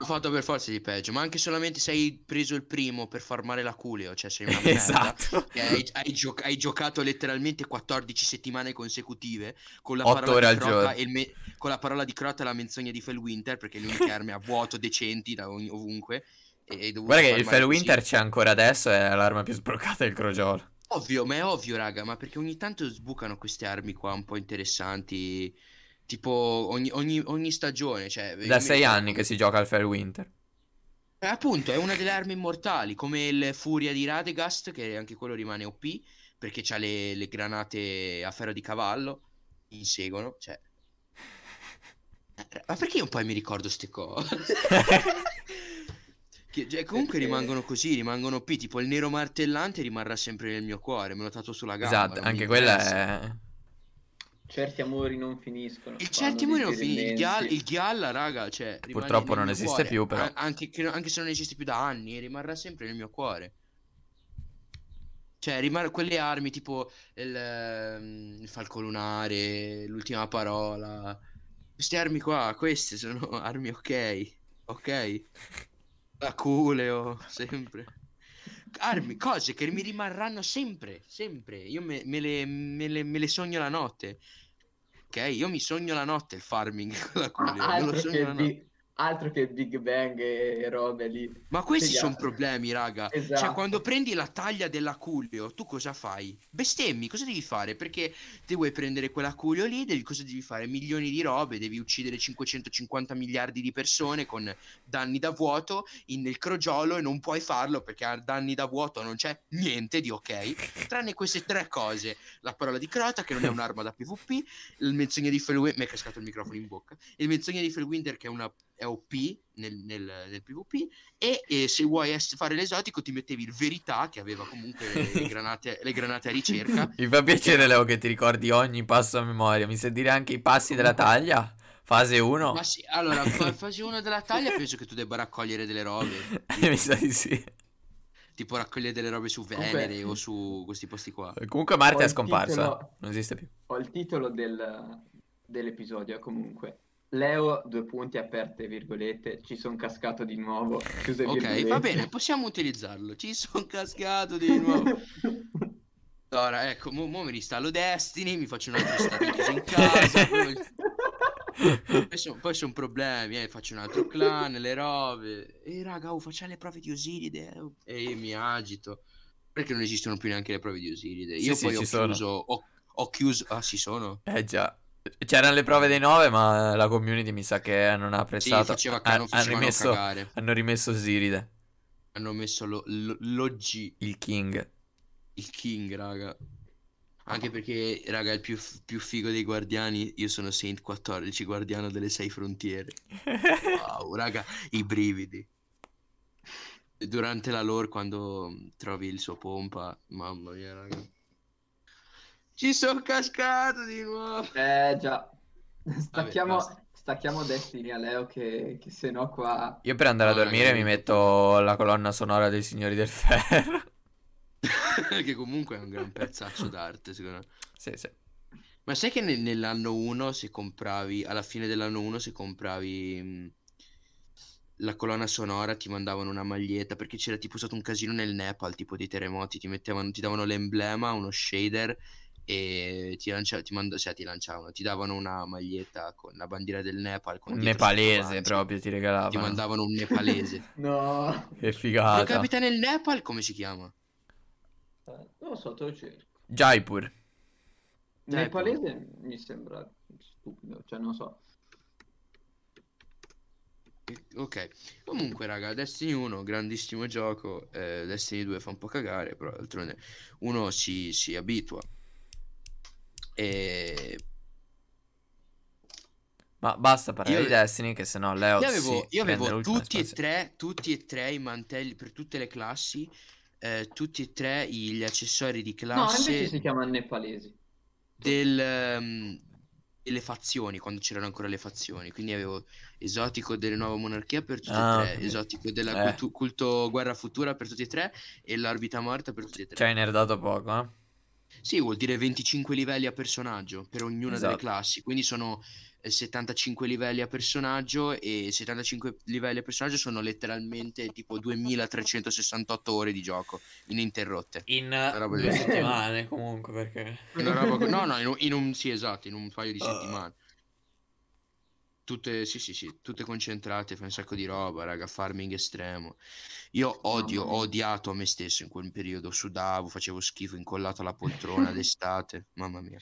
Speaker 1: Ho fatto per forza di peggio, ma anche solamente se hai preso il primo per farmare la culeo, cioè sei una merda.
Speaker 2: Esatto.
Speaker 1: che Hai, hai gio- hai giocato letteralmente 14 settimane consecutive con la
Speaker 2: Otto
Speaker 1: parola
Speaker 2: ore
Speaker 1: di
Speaker 2: al
Speaker 1: Crota
Speaker 2: giorno.
Speaker 1: e il me- con la parola di Crota e la menzogna di Fellwinter, perché le uniche armi a vuoto decenti da ogni- ovunque. E, e hai dovuto
Speaker 2: Guarda che
Speaker 1: farmare
Speaker 2: il
Speaker 1: così.
Speaker 2: Fellwinter c'è ancora adesso, è l'arma più sbroccata del crogiolo.
Speaker 1: Ovvio, ma è ovvio, raga, ma perché ogni tanto sbucano queste armi qua un po' interessanti, tipo ogni, ogni- ogni stagione, cioè... io
Speaker 2: Da
Speaker 1: mi
Speaker 2: sei
Speaker 1: ricordo-
Speaker 2: anni che si gioca al Fairwinter.
Speaker 1: Eh, Appunto, è una delle armi immortali, come il Furia di Radegast, che anche quello rimane OP, perché c'ha le, le granate a ferro di cavallo, inseguono, cioè... Eh, Ma perché io poi mi ricordo ste cose? Che, cioè, comunque
Speaker 3: Perché-
Speaker 1: rimangono così, rimangono OP, tipo il nero martellante rimarrà sempre nel mio cuore, me lo tatuo sulla gamba,
Speaker 2: Esatto,
Speaker 1: non mi
Speaker 2: anche quella
Speaker 1: interessa.
Speaker 2: è...
Speaker 3: Certi amori non finiscono.
Speaker 1: Il certi
Speaker 3: fanno
Speaker 1: muri
Speaker 3: dei
Speaker 1: non finisce, il, Ghial-
Speaker 3: ferimenti.
Speaker 1: il Ghialla, raga, cioè, rimane nel
Speaker 2: purtroppo non
Speaker 1: mio
Speaker 2: esiste
Speaker 1: cuore,
Speaker 2: più, però.
Speaker 1: a- anche, che- anche se non esiste più da anni, rimarrà sempre nel mio cuore. Cioè, rimar- quelle armi tipo il, ehm, il falco lunare, l'ultima parola, queste armi qua, queste sono armi ok, ok? La culeo, sempre. Armi, cose che mi rimarranno sempre, sempre. Io me, me le, me le- me le sogno la notte. Ok, io mi sogno la notte il farming con la culeo,
Speaker 3: Ah,
Speaker 1: me lo
Speaker 3: altro,
Speaker 1: sogno la
Speaker 3: che
Speaker 1: notte.
Speaker 3: Big, altro che Big Bang e e robe lì.
Speaker 1: Ma questi
Speaker 3: Figa.
Speaker 1: sono problemi, raga.
Speaker 3: Esatto.
Speaker 1: Cioè, quando prendi la taglia della culeo, tu cosa fai? Bestemmi, cosa devi fare? Perché te vuoi prendere quella culeo lì, devi, cosa devi fare? Milioni di robe, devi uccidere 550 miliardi di persone con danni da vuoto in- nel crogiolo e non puoi farlo perché a danni da vuoto non c'è niente di ok, tranne queste tre cose. La parola di Crota, che non è un'arma da PvP, il menzogna di Felwinter, mi è cascato il microfono in bocca, il menzogna di Felwinter che è una è OP nel, nel- nel PvP e, eh, se vuoi es- fare l'esotico ti mettevi il Verità che aveva comunque le, le granate, le granate a ricerca.
Speaker 2: Mi fa piacere, Leo, che ti ricordi ogni passo a memoria. Mi sa dire anche i passi della taglia. Fase 1.
Speaker 1: Ma sì, allora, fa- fase 1 della taglia penso che tu debba raccogliere delle robe,
Speaker 2: Eh, Mi sa di sì.
Speaker 1: tipo raccogliere delle robe su
Speaker 3: Comunque-
Speaker 1: Venere o su questi posti qua.
Speaker 2: Comunque Marte
Speaker 3: Ho
Speaker 2: è
Speaker 3: il
Speaker 2: scomparso.
Speaker 3: titolo-
Speaker 2: eh. Non esiste più.
Speaker 3: Ho il titolo del- dell'episodio comunque. Leo, due punti, aperte virgolette, ci sono cascato di nuovo, chiuse
Speaker 1: Ok,
Speaker 3: virgolette.
Speaker 1: va bene, possiamo utilizzarlo. Ci sono cascato di nuovo. Allora, ecco, mo, mo mi ristallo Destiny, mi faccio un altro stato chiuso in casa, poi- Poi, son- poi sono problemi, eh, faccio un altro clan, le robe. E raga, oh, facciamo le prove di Osiride. eh, oh. E io mi agito. Perché non esistono più neanche le prove di Osiride.
Speaker 2: Sì,
Speaker 1: Io
Speaker 2: sì,
Speaker 1: poi
Speaker 2: ci
Speaker 1: ho
Speaker 2: sono.
Speaker 1: chiuso. Ho, ho chiuso. Ah, ci sono.
Speaker 2: Eh già. C'erano le prove dei 9, ma la community mi sa che non ha
Speaker 1: Sì,
Speaker 2: apprezzato.
Speaker 1: faceva
Speaker 2: Ha-
Speaker 1: cano,
Speaker 2: hanno,
Speaker 1: facevano
Speaker 2: rimesso,
Speaker 1: cagare.
Speaker 2: hanno rimesso Siride,
Speaker 1: Hanno messo lo, lo- l'OG,
Speaker 2: il King.
Speaker 1: il King, raga. Anche perché, raga, il più, f- più figo dei guardiani, io sono Saint 14, guardiano delle sei frontiere. Wow, raga, i brividi. Durante la lore, quando trovi il suo pompa, mamma mia, raga. Ci sono cascato di nuovo.
Speaker 3: Eh già, stacchiamo,
Speaker 1: basta.
Speaker 3: stacchiamo Destiny a Leo che, che se no qua...
Speaker 2: Io per andare a
Speaker 1: No, raga,
Speaker 2: dormire mi
Speaker 1: io-
Speaker 2: metto la colonna sonora dei Signori del Ferro.
Speaker 1: che comunque è un gran pezzaccio d'arte, secondo me.
Speaker 2: Sì, sì.
Speaker 1: Ma sai che ne- nell'anno 1 se compravi, alla fine dell'anno 1 se compravi mh, la colonna sonora ti mandavano una maglietta perché c'era tipo stato un casino nel Nepal, tipo dei terremoti, ti mettevano, ti davano l'emblema, uno shader e ti lancia- ti manda- cioè, ti lanciavano, ti davano una maglietta con la bandiera del Nepal, con
Speaker 2: Un
Speaker 1: dietro
Speaker 2: nepalese
Speaker 1: scritto
Speaker 2: proprio
Speaker 1: avanti. Ti
Speaker 2: ti regalavano.
Speaker 1: mandavano un nepalese.
Speaker 3: No,
Speaker 2: Che
Speaker 1: Lo
Speaker 2: figata.
Speaker 1: capita nel Nepal, come si chiama?
Speaker 3: non lo so, te lo cerco.
Speaker 2: Jaipur.
Speaker 1: Dai,
Speaker 3: Nel palese
Speaker 1: Certo.
Speaker 3: mi sembra stupido, cioè non so.
Speaker 1: Ok, comunque raga, Destiny 1, grandissimo gioco, eh, Destiny 2 fa un po' cagare, però d'altronde uno si, si abitua. E...
Speaker 2: Ma basta parlare
Speaker 1: Io-
Speaker 2: di Destiny che sennò Leo
Speaker 1: Io avevo,
Speaker 2: si
Speaker 1: io
Speaker 2: Oh, prende
Speaker 1: avevo
Speaker 2: l'ultima
Speaker 1: tutti e
Speaker 2: espansione.
Speaker 1: tre, tutti e tre i mantelli per tutte le classi, eh, tutti e tre gli accessori di
Speaker 3: No, invece
Speaker 1: classe
Speaker 3: si chiama nepalesi.
Speaker 1: del, ehm, delle fazioni, quando c'erano ancora le fazioni. Quindi avevo esotico della nuova monarchia per tutti
Speaker 2: Ah,
Speaker 1: e tre,
Speaker 2: ok.
Speaker 1: esotico della
Speaker 2: Eh.
Speaker 1: cultu- culto guerra futura per tutti e tre e l'orbita morta per tutti e tre.
Speaker 2: Ci hai nerdato poco, eh?
Speaker 1: Sì, vuol dire 25 livelli a personaggio per ognuna delle
Speaker 2: Esatto.
Speaker 1: classi, quindi sono eh, 75 livelli a personaggio e 75 livelli a personaggio sono letteralmente tipo 2368 ore di gioco ininterrotte.
Speaker 2: In
Speaker 1: roba
Speaker 2: due
Speaker 1: del
Speaker 3: genere.
Speaker 2: settimane comunque perché...
Speaker 1: Una roba co- no, no, in un, in un- sì, esatto, in un paio di
Speaker 2: Ah.
Speaker 1: settimane. Tutte, sì, sì, sì, tutte concentrate, fai un sacco di roba, raga, farming estremo. Io odio,
Speaker 3: Mamma
Speaker 1: ho
Speaker 3: mia.
Speaker 1: odiato a me stesso in quel periodo, sudavo, facevo schifo, incollato alla poltrona d'estate, mamma mia.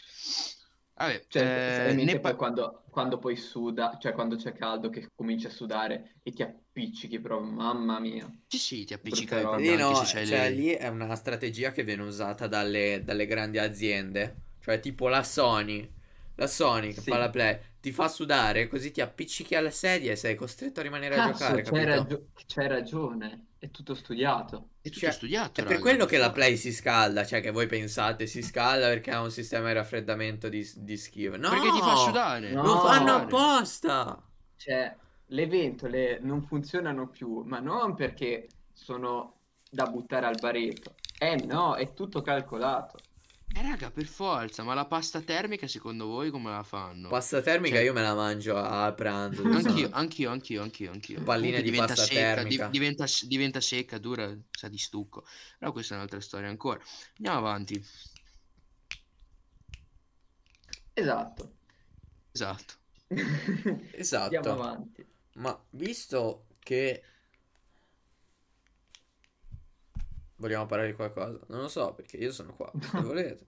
Speaker 1: Vabbè,
Speaker 3: Cioè,
Speaker 1: eh,
Speaker 3: seriamente
Speaker 1: ne
Speaker 3: poi
Speaker 1: par-
Speaker 3: quando, quando poi suda, cioè quando c'è caldo che cominci a sudare e ti appiccichi proprio, mamma mia.
Speaker 1: sì, sì, ti appiccicavi
Speaker 3: Brutta
Speaker 1: proprio
Speaker 2: Lì
Speaker 3: roba.
Speaker 1: anche
Speaker 2: no,
Speaker 1: se c'hai
Speaker 2: cioè
Speaker 1: le...
Speaker 2: lì è una strategia che viene usata dalle, dalle grandi aziende, cioè tipo la Sony, la Sony che
Speaker 3: Sì.
Speaker 2: fa la play, ti fa sudare così ti appiccichi alla sedia e sei costretto a rimanere a
Speaker 3: Cazzo,
Speaker 2: giocare,
Speaker 3: c'hai
Speaker 2: capito?
Speaker 3: ragio- c'hai ragione, è tutto studiato.
Speaker 1: È tutto
Speaker 2: cioè,
Speaker 1: studiato,
Speaker 2: È per
Speaker 1: raga,
Speaker 2: quello che la
Speaker 1: forza.
Speaker 2: play si scalda, cioè che voi pensate si scalda perché ha un sistema di raffreddamento di, di schifo. No,
Speaker 1: Perché ti fa sudare?
Speaker 3: No.
Speaker 2: lo fanno
Speaker 1: Sudare.
Speaker 2: apposta.
Speaker 3: Cioè, le ventole non funzionano più, ma non perché sono da buttare al baretto. Eh no, è tutto calcolato.
Speaker 1: Eh, raga, per forza, ma la pasta termica secondo voi come la fanno?
Speaker 2: Pasta termica
Speaker 1: Cioè-
Speaker 2: io me la mangio a pranzo.
Speaker 1: Anch'io,
Speaker 3: Mm-hmm.
Speaker 2: insomma.
Speaker 1: anch'io, anch'io, anch'io, anch'io. Comunque
Speaker 2: Palline di
Speaker 1: diventa
Speaker 2: pasta
Speaker 1: secca, di-
Speaker 2: termica.
Speaker 1: diventa, diventa secca, dura, sa di stucco. Però questa è un'altra storia ancora. Andiamo avanti.
Speaker 3: Esatto.
Speaker 1: Esatto.
Speaker 2: Esatto.
Speaker 3: Andiamo avanti.
Speaker 2: Ma visto che vogliamo parlare di qualcosa, non lo so perché io sono qua, se volete.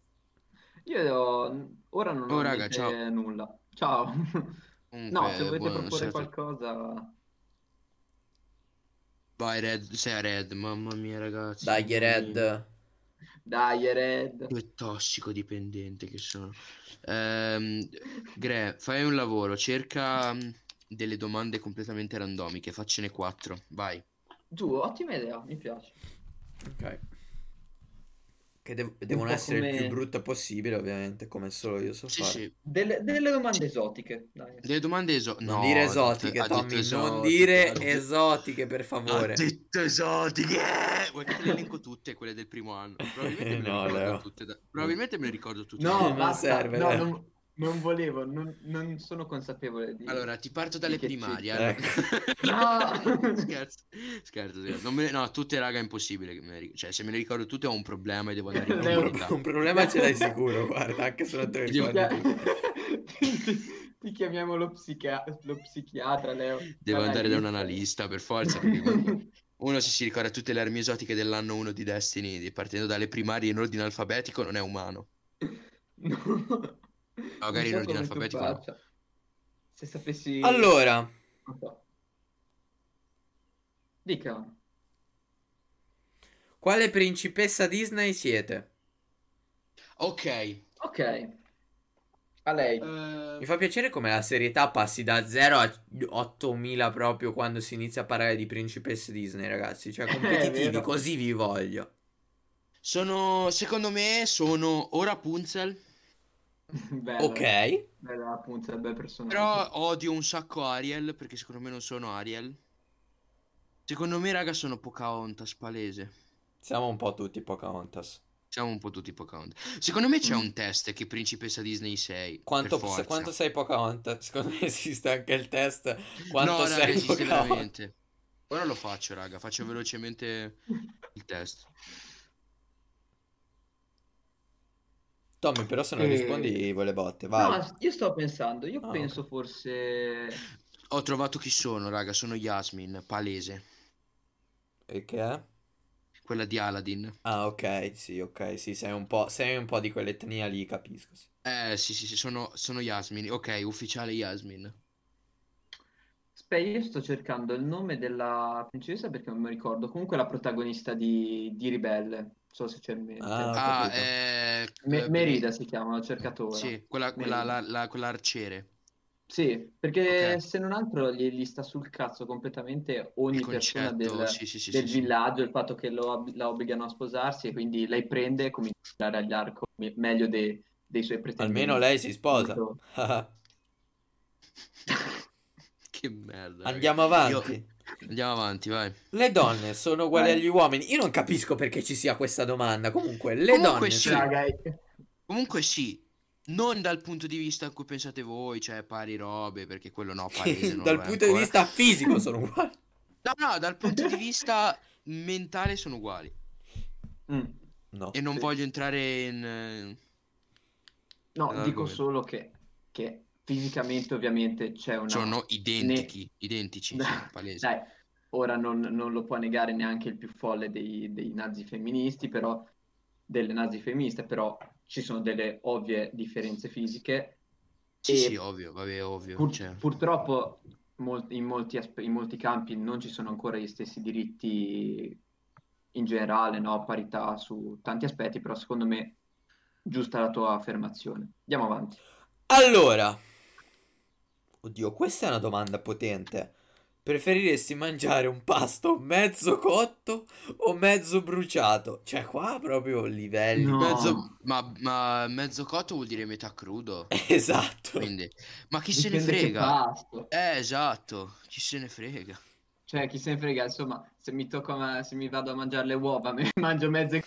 Speaker 3: Io ho- ora non ho
Speaker 1: Oh, raga,
Speaker 3: niente-
Speaker 1: ciao.
Speaker 3: nulla. Ciao. No,
Speaker 1: Comunque,
Speaker 3: se volete
Speaker 1: buona-
Speaker 3: proporre
Speaker 1: serata.
Speaker 3: qualcosa...
Speaker 1: Vai, Red, sei a Red, mamma mia, ragazzi.
Speaker 2: Dai,
Speaker 1: mamma mia.
Speaker 2: Red.
Speaker 3: Dai, Red.
Speaker 1: Che tossicodipendente che sono. Ehm, Gre, fai un lavoro, cerca mm, delle domande completamente randomiche, faccene quattro, vai.
Speaker 3: Giù, ottima idea, mi piace.
Speaker 2: Ok. Che dev- devono
Speaker 3: po'
Speaker 2: essere il più
Speaker 3: come-
Speaker 2: brutto possibile, ovviamente, come solo io so
Speaker 1: Sì,
Speaker 2: fare.
Speaker 1: sì.
Speaker 3: Delle, delle domande esotiche, dai.
Speaker 1: Delle domande eso-
Speaker 2: Non
Speaker 1: no,
Speaker 2: dire
Speaker 1: ha detto-
Speaker 2: esotiche,
Speaker 1: ha detto
Speaker 2: Tommy, non
Speaker 1: esotiche,
Speaker 2: dire
Speaker 1: ha detto-
Speaker 2: esotiche, per favore.
Speaker 1: Ha detto esotiche! Vuoi che te le elenco tutte quelle del primo anno? Probabilmente me le
Speaker 2: No,
Speaker 1: ricordo
Speaker 2: Leo.
Speaker 1: tutte. da- Probabilmente me le ricordo tutte.
Speaker 3: No,
Speaker 2: Non
Speaker 3: basta,
Speaker 2: serve, eh.
Speaker 3: no,
Speaker 2: dai.
Speaker 3: non, non volevo, non, non sono consapevole di...
Speaker 1: Allora, ti parto dalle
Speaker 3: Che
Speaker 1: primarie.
Speaker 2: ciclo.
Speaker 1: allora.
Speaker 3: Ecco. No!
Speaker 1: scherzo, scherzo. scherzo. Non me le- no, tutte raga è impossibile. che me le ric- Cioè, se me le ricordo tutte ho un problema e devo andare in
Speaker 2: Un,
Speaker 3: Leo.
Speaker 1: comunità.
Speaker 2: pro- un problema ce l'hai sicuro, guarda, anche se non te lo
Speaker 1: Ti devo-
Speaker 3: Ti,
Speaker 2: ricordi. tu.
Speaker 3: ti- ti chiamiamo lo, psichia- lo psichiatra, Leo.
Speaker 1: Devo andare da un
Speaker 3: Analista.
Speaker 1: analista per forza. perché comunque Uno se si ricorda tutte le armi esotiche dell'anno 1 di Destiny, di- partendo dalle primarie in ordine alfabetico, non è umano.
Speaker 3: No.
Speaker 1: Magari in
Speaker 3: Non so
Speaker 1: ordine
Speaker 3: come tu
Speaker 1: alfabetico no.
Speaker 3: faccia. Se sapessi...
Speaker 2: Allora,
Speaker 3: non so. Dica.
Speaker 2: quale principessa Disney siete?
Speaker 1: Ok.
Speaker 3: Ok. A lei.
Speaker 1: Eh, ehm,
Speaker 2: Mi fa piacere come la serietà passi da 0 a 8000 proprio quando si inizia a parlare di Principessa Disney, ragazzi. Cioè,
Speaker 3: Eh,
Speaker 2: competitivi,
Speaker 3: vero.
Speaker 2: così vi voglio.
Speaker 1: Sono, secondo me, sono o Rapunzel,
Speaker 3: Bella,
Speaker 2: Ok.
Speaker 3: bella appunto, bel personaggio.
Speaker 1: però odio un sacco Ariel, perché secondo me non sono Ariel. Secondo me, raga, sono Pocahontas, palese.
Speaker 2: Siamo un po' tutti Pocahontas.
Speaker 1: Siamo un po' tutti Pocahontas. Secondo me c'è
Speaker 3: Mm.
Speaker 1: un test che Principessa Disney 6,
Speaker 2: Quanto,
Speaker 1: per forza.
Speaker 2: quanto sei Pocahontas? Secondo me esiste anche il test. Quanto
Speaker 1: no, raga,
Speaker 2: sei
Speaker 1: esiste
Speaker 2: Pocahontas?
Speaker 1: veramente. Ora lo faccio, raga, faccio velocemente il test.
Speaker 2: Tommy, però se non
Speaker 3: Eh.
Speaker 2: rispondi, vuole botte. Vai.
Speaker 3: No, io sto pensando, io
Speaker 2: Ah,
Speaker 3: penso forse...
Speaker 1: Ho trovato chi sono, raga, sono Yasmin, palese,
Speaker 2: E che è?
Speaker 1: quella di Aladdin.
Speaker 2: Ah, ok. Sì, ok. Sì, sei un po', sei un po' di quell'etnia lì, capisco. sì.
Speaker 1: Eh, sì, sì, sì, sono, sono Yasmin. Ok, ufficiale Yasmin.
Speaker 3: Aspetta, io sto cercando il nome della principessa perché non me lo ricordo. Comunque la protagonista di, di Ribelle, non so se c'è in mente.
Speaker 2: Ah, ho
Speaker 1: Ah,
Speaker 2: capito.
Speaker 1: eh,
Speaker 3: Me-
Speaker 1: eh,
Speaker 3: Merida si chiama, l'ho cercato ora.
Speaker 1: Sì, quella, quella, la, la- quella arciere.
Speaker 3: Sì, perché
Speaker 1: Ok.
Speaker 3: se non altro gli, gli sta sul cazzo completamente ogni
Speaker 1: Il
Speaker 3: persona del,
Speaker 1: concetto, sì, sì, sì, sì,
Speaker 3: del
Speaker 1: sì.
Speaker 3: villaggio, il fatto che lo ob- la obbligano a sposarsi e quindi lei prende e comincia a dare come meglio dei, dei suoi pretendenti.
Speaker 2: Almeno lei si sposa.
Speaker 3: Molto-
Speaker 1: Che merda. raga.
Speaker 2: Andiamo avanti.
Speaker 1: Io- Andiamo avanti, vai.
Speaker 2: Le donne sono uguali
Speaker 3: Vai.
Speaker 2: agli uomini? Io non capisco perché ci sia questa domanda. Comunque, le
Speaker 1: Comunque
Speaker 2: donne
Speaker 1: sì.
Speaker 2: sono-
Speaker 3: Cioè, Raga,
Speaker 1: Comunque sì, non dal punto di vista a cui pensate voi, cioè pari robe, perché quello no, palese, non
Speaker 2: dal
Speaker 1: lo è
Speaker 2: punto di
Speaker 1: ancora.
Speaker 2: vista fisico sono uguali.
Speaker 1: No, no, dal punto di vista mentale sono uguali.
Speaker 3: mm.
Speaker 2: No.
Speaker 1: E non
Speaker 3: Sì.
Speaker 1: voglio entrare in... eh,
Speaker 3: No,
Speaker 1: Allora,
Speaker 3: dico
Speaker 1: come-
Speaker 3: solo che, che fisicamente ovviamente c'è una...
Speaker 1: Sono identici, identici,
Speaker 3: Dai,
Speaker 1: sono palesi.
Speaker 3: Dai, ora non, non lo può negare neanche il più folle dei, dei nazifemministi, però, delle nazifemministe, però ci sono delle ovvie differenze fisiche.
Speaker 1: Sì,
Speaker 3: e
Speaker 1: sì, ovvio, vabbè, ovvio.
Speaker 3: pur-
Speaker 1: cioè.
Speaker 3: purtroppo mol- in, molti aspe- in molti campi non ci sono ancora gli stessi diritti in generale, no? Parità su tanti aspetti, però secondo me giusta la tua affermazione. Andiamo avanti.
Speaker 2: Allora. Oddio, questa è una domanda potente. Preferiresti mangiare un pasto mezzo cotto o mezzo bruciato? Cioè, qua proprio livelli.
Speaker 3: No. Certo.
Speaker 1: Mezzo, ma, ma mezzo cotto vuol dire metà crudo.
Speaker 2: Esatto.
Speaker 1: Quindi, ma chi se ne
Speaker 3: Dipende che
Speaker 1: frega?
Speaker 3: pasto.
Speaker 1: Eh, esatto, chi se ne frega.
Speaker 3: Cioè, chi se ne frega, insomma, se mi tocca, ma- se mi vado a mangiare le uova, me ne mangio mezze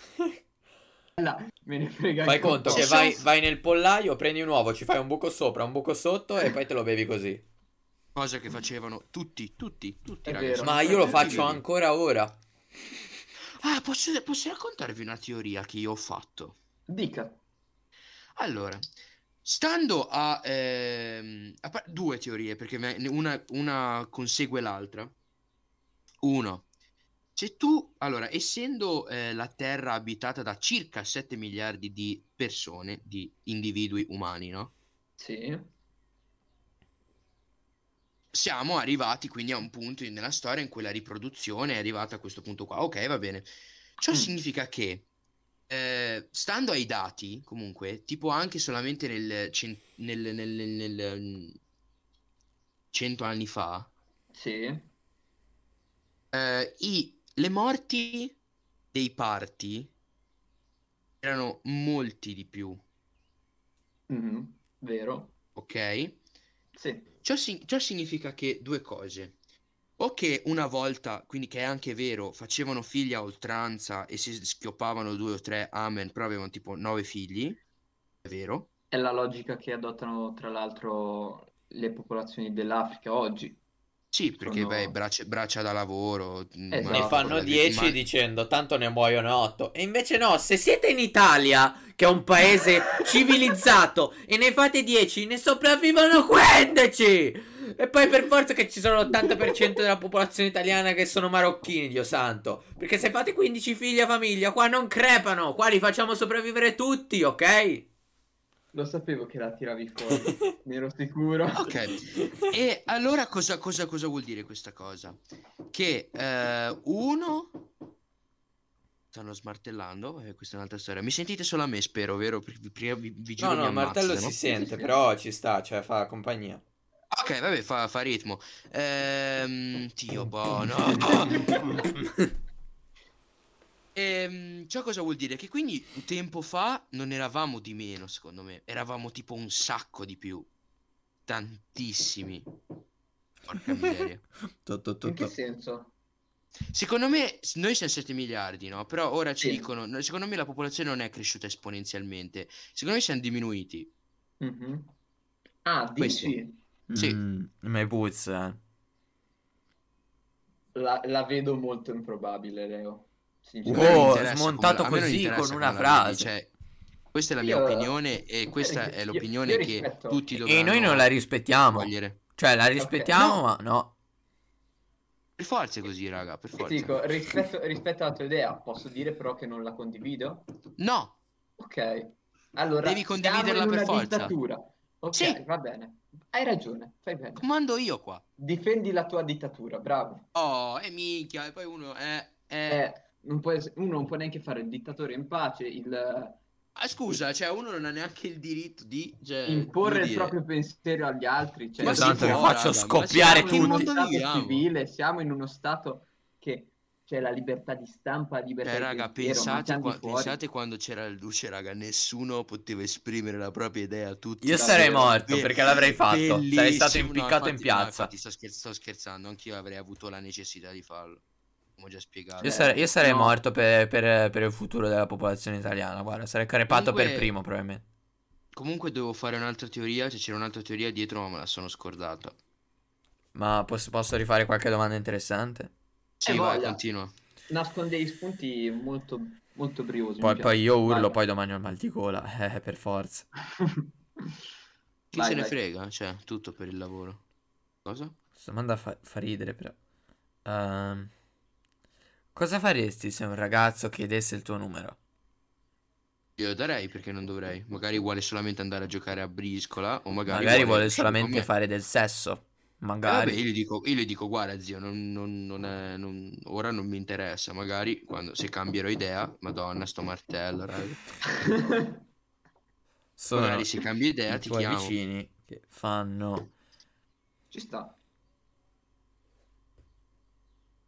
Speaker 3: me ne frega
Speaker 2: Fai
Speaker 3: anche un
Speaker 2: conto
Speaker 3: po'.
Speaker 2: che
Speaker 1: Ci
Speaker 2: vai,
Speaker 1: sono-
Speaker 2: vai nel pollaio, prendi un uovo, ci fai un buco sopra, un buco sotto e poi te lo bevi così.
Speaker 1: Cosa che facevano tutti, tutti, tutti,
Speaker 3: È
Speaker 1: raga,
Speaker 3: vero.
Speaker 1: sono
Speaker 2: Ma io lo
Speaker 1: tutti
Speaker 2: faccio
Speaker 1: vivi.
Speaker 2: ancora ora.
Speaker 1: Ah, posso, posso raccontarvi una teoria che io ho fatto?
Speaker 3: Dica.
Speaker 1: Allora, stando a, ehm, a par- due teorie, perché me- ne- una, una consegue l'altra. Uno, se tu, allora, essendo eh, la Terra abitata da circa 7 miliardi di persone, di individui umani, no?
Speaker 3: Sì.
Speaker 1: Siamo arrivati quindi a un punto in- nella storia in cui la riproduzione è arrivata a questo punto qua. Ok, va bene. Ciò
Speaker 3: Mm.
Speaker 1: significa che, eh, stando ai dati, comunque, tipo anche solamente nel, cen- nel- nel- nel- nel, mm, 100 anni fa,
Speaker 3: Sì.
Speaker 1: eh, i- le morti dei parti erano molti di più,
Speaker 3: Mhm. Vero.
Speaker 1: ok?
Speaker 3: Sì.
Speaker 1: Ciò, si- ciò significa che due cose. O che una volta, quindi che è anche vero, facevano figli a oltranza e si schioppavano due o tre, amen, però avevano tipo nove figli, è vero.
Speaker 3: È la logica che adottano, tra l'altro, le popolazioni dell'Africa oggi.
Speaker 1: Sì, perché
Speaker 3: Sono-
Speaker 1: beh, braccia, braccia da lavoro, mh,
Speaker 3: Esatto.
Speaker 2: Ne
Speaker 1: ma-
Speaker 2: fanno
Speaker 1: ma-
Speaker 2: 10
Speaker 1: ma-
Speaker 2: dicendo tanto ne muoiono 8. E invece no, se siete in Italia, che è un paese civilizzato, e ne fate 10, ne sopravvivono 15! E poi per forza che ci sono l'80% della popolazione italiana che sono marocchini, Dio santo. Perché se fate 15 figli a famiglia, qua non crepano, qua li facciamo sopravvivere tutti, ok?
Speaker 3: Lo sapevo che la tiravi fuori, ne ero sicuro.
Speaker 1: Ok. E allora cosa, cosa- cosa vuol dire questa cosa? Che eh, uno Stanno smartellando, e questa è un'altra storia. Mi sentite solo a me, spero, vero? Perché prima vi, vi giro
Speaker 2: No,
Speaker 1: mi
Speaker 2: no, il martello
Speaker 1: ammazzano.
Speaker 2: si sente, però ci sta, cioè fa compagnia.
Speaker 1: Ok, vabbè, fa, fa ritmo. Ehm, Dio buono. Ehm, ciò cosa vuol dire? Che quindi un tempo fa non eravamo di meno, secondo me. Eravamo tipo un sacco di più. Tantissimi. Porca miseria.
Speaker 2: To, to, to,
Speaker 3: In che
Speaker 2: to.
Speaker 3: senso?
Speaker 1: Secondo me s- noi siamo 7 miliardi, no? Però ora ci
Speaker 3: Sì.
Speaker 1: dicono, no, secondo me la popolazione non è cresciuta esponenzialmente. Secondo me siamo diminuiti.
Speaker 3: Mhm. Ah,
Speaker 1: Questo.
Speaker 3: dici?
Speaker 1: Sì.
Speaker 2: Mm, me puzza, eh.
Speaker 3: La, la vedo molto improbabile, Leo.
Speaker 1: A me non
Speaker 2: Wow,
Speaker 1: interessa
Speaker 2: smontato
Speaker 1: come la- a me non
Speaker 2: così,
Speaker 1: interessa
Speaker 2: con
Speaker 1: come
Speaker 2: una
Speaker 1: la
Speaker 2: frase.
Speaker 1: vedi, cioè, questa è la mia
Speaker 3: Io-
Speaker 1: opinione e questa
Speaker 3: io-
Speaker 1: è
Speaker 3: io
Speaker 1: l'opinione che
Speaker 3: rispetto.
Speaker 1: tutti dovranno
Speaker 2: E noi non la rispettiamo.
Speaker 1: cogliere.
Speaker 2: Cioè, la rispettiamo,
Speaker 3: no.
Speaker 2: ma no.
Speaker 1: Per forza è così, raga, per forza.
Speaker 3: Dico, rispetto, rispetto alla tua idea, posso dire però che non la condivido?
Speaker 1: No,
Speaker 3: Ok. Allora,
Speaker 1: Devi
Speaker 3: siamo
Speaker 1: condividerla
Speaker 3: in
Speaker 1: per
Speaker 3: una
Speaker 1: forza.
Speaker 3: dittatura. Ok,
Speaker 1: Sì.
Speaker 3: va bene. Hai ragione, fai bene.
Speaker 1: comando io qua.
Speaker 3: Difendi la tua dittatura, bravo.
Speaker 1: Oh, e minchia, e poi uno eh, eh.
Speaker 3: Eh, non può es- uno non può neanche fare il dittatore in pace, il
Speaker 1: Ah, scusa, cioè uno non ha neanche il diritto di cioè,
Speaker 3: imporre
Speaker 1: come
Speaker 3: il
Speaker 1: dire.
Speaker 3: proprio pensiero agli altri. Cioè,
Speaker 1: Ma
Speaker 2: Io
Speaker 1: si
Speaker 2: tanto
Speaker 1: può,
Speaker 2: che Esatto, faccio
Speaker 1: raga, ma
Speaker 2: scoppiare
Speaker 1: siamo in
Speaker 3: siamo
Speaker 1: un
Speaker 3: in uno
Speaker 2: tutti.
Speaker 1: mondo
Speaker 3: stato
Speaker 1: viviamo. Eh,
Speaker 3: civile, siamo in uno stato che c'è la libertà di stampa, la libertà
Speaker 1: Cioè,
Speaker 3: di
Speaker 1: raga,
Speaker 3: pensiero, ma
Speaker 1: pensate,
Speaker 3: tanti
Speaker 1: qua-
Speaker 3: fuori.
Speaker 1: pensate quando c'era il luce, raga, nessuno poteva esprimere la propria idea, tutti
Speaker 2: Io
Speaker 1: la
Speaker 2: sarei
Speaker 1: avevano.
Speaker 2: morto
Speaker 1: Be-
Speaker 2: perché l'avrei fatto. Sarei
Speaker 1: bellissimo.
Speaker 2: stato
Speaker 1: No,
Speaker 2: impiccato in
Speaker 1: infatti- no,
Speaker 2: piazza.
Speaker 1: infatti sto, scher- sto scherzando, anch'io avrei avuto la necessità di farlo. Come ho già spiegato.
Speaker 2: Io sarei, io sarei
Speaker 3: no.
Speaker 2: morto per, per- per il futuro della popolazione italiana. Guarda, sarei crepato per
Speaker 1: Comunque-
Speaker 2: primo, probabilmente.
Speaker 1: Comunque devo fare un'altra teoria, cioè c'era un'altra teoria dietro, ma me la sono
Speaker 2: Eh,
Speaker 1: scordata.
Speaker 2: Ma posso, posso rifare qualche domanda interessante?
Speaker 1: Sì,
Speaker 3: Eh,
Speaker 1: vai,
Speaker 3: voglia.
Speaker 1: continua.
Speaker 3: Nascono degli spunti molto, molto briosi.
Speaker 2: Poi,
Speaker 3: mi
Speaker 2: poi io urlo,
Speaker 3: Vai.
Speaker 2: poi domani ho il mal di cola. Eh, per forza.
Speaker 3: piace.
Speaker 1: Chi
Speaker 3: Vai,
Speaker 1: se ne
Speaker 3: vai.
Speaker 1: frega? Cioè, tutto per il lavoro. Cosa?
Speaker 2: Questa domanda fa, fa ridere, però. Ehm, cosa faresti se un ragazzo chiedesse il tuo numero?
Speaker 1: Io darei perché non dovrei. Magari vuole solamente andare a giocare a briscola o magari
Speaker 2: Magari, vuole solamente fare del sesso.
Speaker 1: Eh, vabbè,
Speaker 2: Magari.
Speaker 1: io gli dico, io gli dico, guarda zio, non, non- non è- non- ora non mi interessa, magari quando, se cambierò idea, madonna, sto martello, raga.
Speaker 2: Sono
Speaker 1: Magari se cambi idea
Speaker 2: Esatto. i
Speaker 1: ti
Speaker 2: tuoi
Speaker 1: chiamo.
Speaker 2: vicini che fanno...
Speaker 3: Ci sta.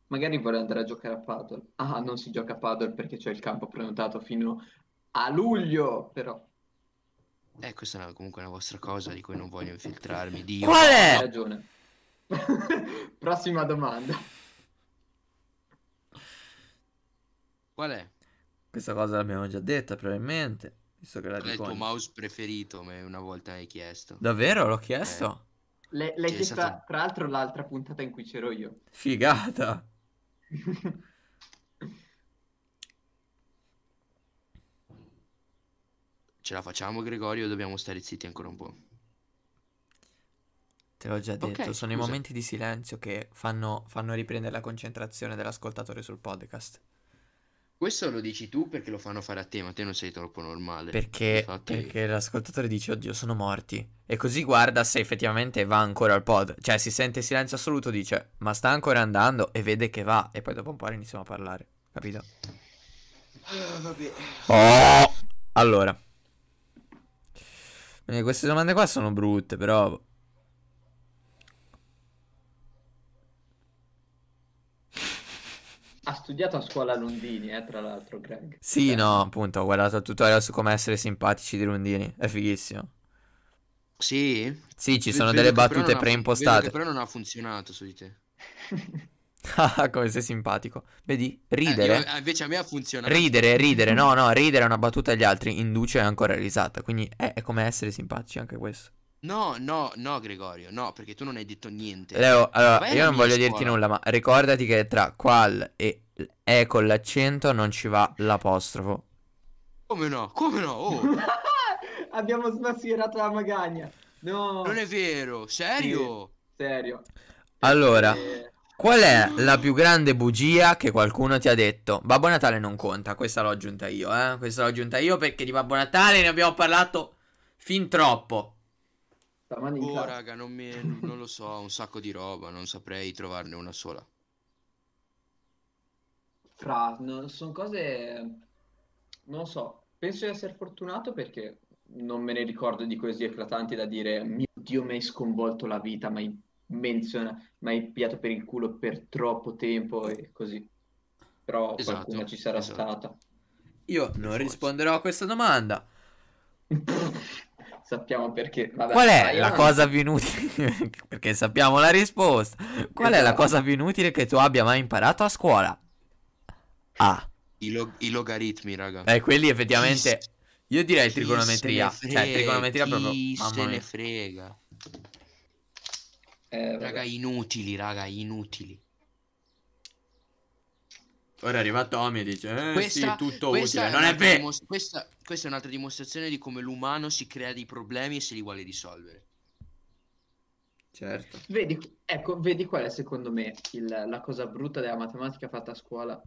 Speaker 3: Magari vorrei andare a giocare a paddle. Ah, non si gioca a paddle perché c'è il campo prenotato fino a luglio, però.
Speaker 1: Eh, questa è una- comunque una vostra cosa di cui non voglio infiltrarmi, Dio.
Speaker 2: Qual
Speaker 3: Hai
Speaker 2: è?
Speaker 3: ragione. Prossima domanda.
Speaker 1: Qual è?
Speaker 2: Eh, Questa cosa l'abbiamo già detta, probabilmente. Visto che la
Speaker 1: Qual è il
Speaker 2: dico
Speaker 1: tuo
Speaker 2: ogni-
Speaker 1: mouse preferito? Me una volta hai chiesto. Eh,
Speaker 2: Davvero? L'ho chiesto?
Speaker 3: Le- L'hai
Speaker 1: Sì, è
Speaker 3: chiesta,
Speaker 1: stato-
Speaker 3: tra l'altro, l'altra puntata in cui c'ero
Speaker 1: Eh.
Speaker 3: io.
Speaker 2: Figata.
Speaker 1: Ce la facciamo, Gregorio, o dobbiamo stare zitti ancora un po'?
Speaker 2: Te l'ho già detto,
Speaker 1: Ok,
Speaker 2: sono i
Speaker 1: scusa.
Speaker 2: momenti di silenzio che fanno, fanno riprendere la concentrazione dell'ascoltatore sul podcast.
Speaker 1: Questo lo dici tu perché lo fanno fare a te, ma te non sei troppo normale.
Speaker 2: Perché,
Speaker 1: Infatti-
Speaker 2: perché l'ascoltatore dice, oddio, sono morti. E così guarda se effettivamente va ancora al pod. Cioè, si sente silenzio assoluto, dice, ma sta ancora andando e vede che va. E poi dopo un po' iniziamo a parlare. Capito?
Speaker 1: Ah,
Speaker 2: Oh! Allora. Eh, queste domande qua sono brutte, però...
Speaker 3: Ha studiato a scuola a Londini, eh, tra l'altro, Greg.
Speaker 2: Sì,
Speaker 3: Eh,
Speaker 2: no, appunto, ho guardato il tutorial su come essere simpatici di Rondini. È fighissimo.
Speaker 1: Sì?
Speaker 2: Sì, ci
Speaker 1: Ve-
Speaker 2: sono
Speaker 1: vedo
Speaker 2: delle
Speaker 1: che però
Speaker 2: battute
Speaker 1: non ha-
Speaker 2: preimpostate.
Speaker 1: vedo che però non ha funzionato su di te.
Speaker 2: Ah, come sei simpatico. Vedi?
Speaker 1: Eh,
Speaker 2: Ridere.
Speaker 1: io- eh, invece a me ha funzionato.
Speaker 2: Ridere, ridere. No, no, ridere è una battuta agli altri. Induce ancora risata. Quindi è, è come essere simpatici anche questo.
Speaker 1: No, no, no, Gregorio, no, perché tu non hai detto niente.
Speaker 2: Leo, allora,
Speaker 1: Vai
Speaker 2: io
Speaker 1: alla
Speaker 2: non
Speaker 1: mia
Speaker 2: voglio dirti
Speaker 1: scuola.
Speaker 2: nulla, ma ricordati che tra qual e e con l'accento non ci va l'apostrofo.
Speaker 1: Come no? Come no? Oh,
Speaker 3: Abbiamo smascherato la magagna. No,
Speaker 1: non è vero, serio?
Speaker 3: serio.
Speaker 2: Allora,
Speaker 3: Eh,
Speaker 2: Qual è la più grande bugia che qualcuno ti ha detto? Babbo Natale non conta, questa l'ho aggiunta io, eh. Questa l'ho aggiunta io perché di Babbo Natale ne abbiamo parlato fin troppo.
Speaker 3: stamani in
Speaker 1: Oh,
Speaker 3: classe.
Speaker 1: raga, non, mi- non lo so, un sacco di roba, non saprei trovarne una sola.
Speaker 3: Fra, no, sono cose, non lo so, penso di essere fortunato perché non me ne ricordo di così eclatanti da dire, mio Dio, mi hai sconvolto la vita, mi hai menziona- mi hai pigliato per il culo per troppo tempo e così. Però
Speaker 1: Esatto,
Speaker 3: qualcuna ci sarà
Speaker 1: esatto.
Speaker 3: stata.
Speaker 2: Io non
Speaker 1: forza.
Speaker 2: risponderò a questa domanda.
Speaker 3: Sappiamo perché. Vabbè,
Speaker 2: Qual
Speaker 3: ma
Speaker 2: è
Speaker 3: io
Speaker 2: la
Speaker 3: non-
Speaker 2: cosa più inutile? Perché sappiamo la risposta. Qual è la
Speaker 3: Esatto.
Speaker 2: cosa più inutile che tu abbia mai imparato a scuola? Ah,
Speaker 1: I, log- i logaritmi, raga.
Speaker 2: eh, quelli effettivamente.
Speaker 1: Chi-
Speaker 2: Io direi
Speaker 1: chi se ne
Speaker 2: trigonometria. Cioè,
Speaker 1: frega,
Speaker 2: trigonometria proprio.
Speaker 1: Chi
Speaker 2: Mamma
Speaker 1: se
Speaker 2: mia.
Speaker 1: ne frega.
Speaker 3: Eh, vabbè.
Speaker 1: Raga, inutili, raga, inutili.
Speaker 2: Ora arriva Tommy e dice: eh,
Speaker 1: Questa-
Speaker 2: sì, tutto
Speaker 1: questa
Speaker 2: utile.
Speaker 1: è
Speaker 2: Non è
Speaker 1: un'altra
Speaker 2: vero.
Speaker 1: dimos- questa, questa è un'altra dimostrazione di come l'umano si crea dei problemi e se li vuole risolvere.
Speaker 2: Certo.
Speaker 3: Vedi, ecco, vedi qual è secondo me il- la cosa brutta della matematica fatta a scuola?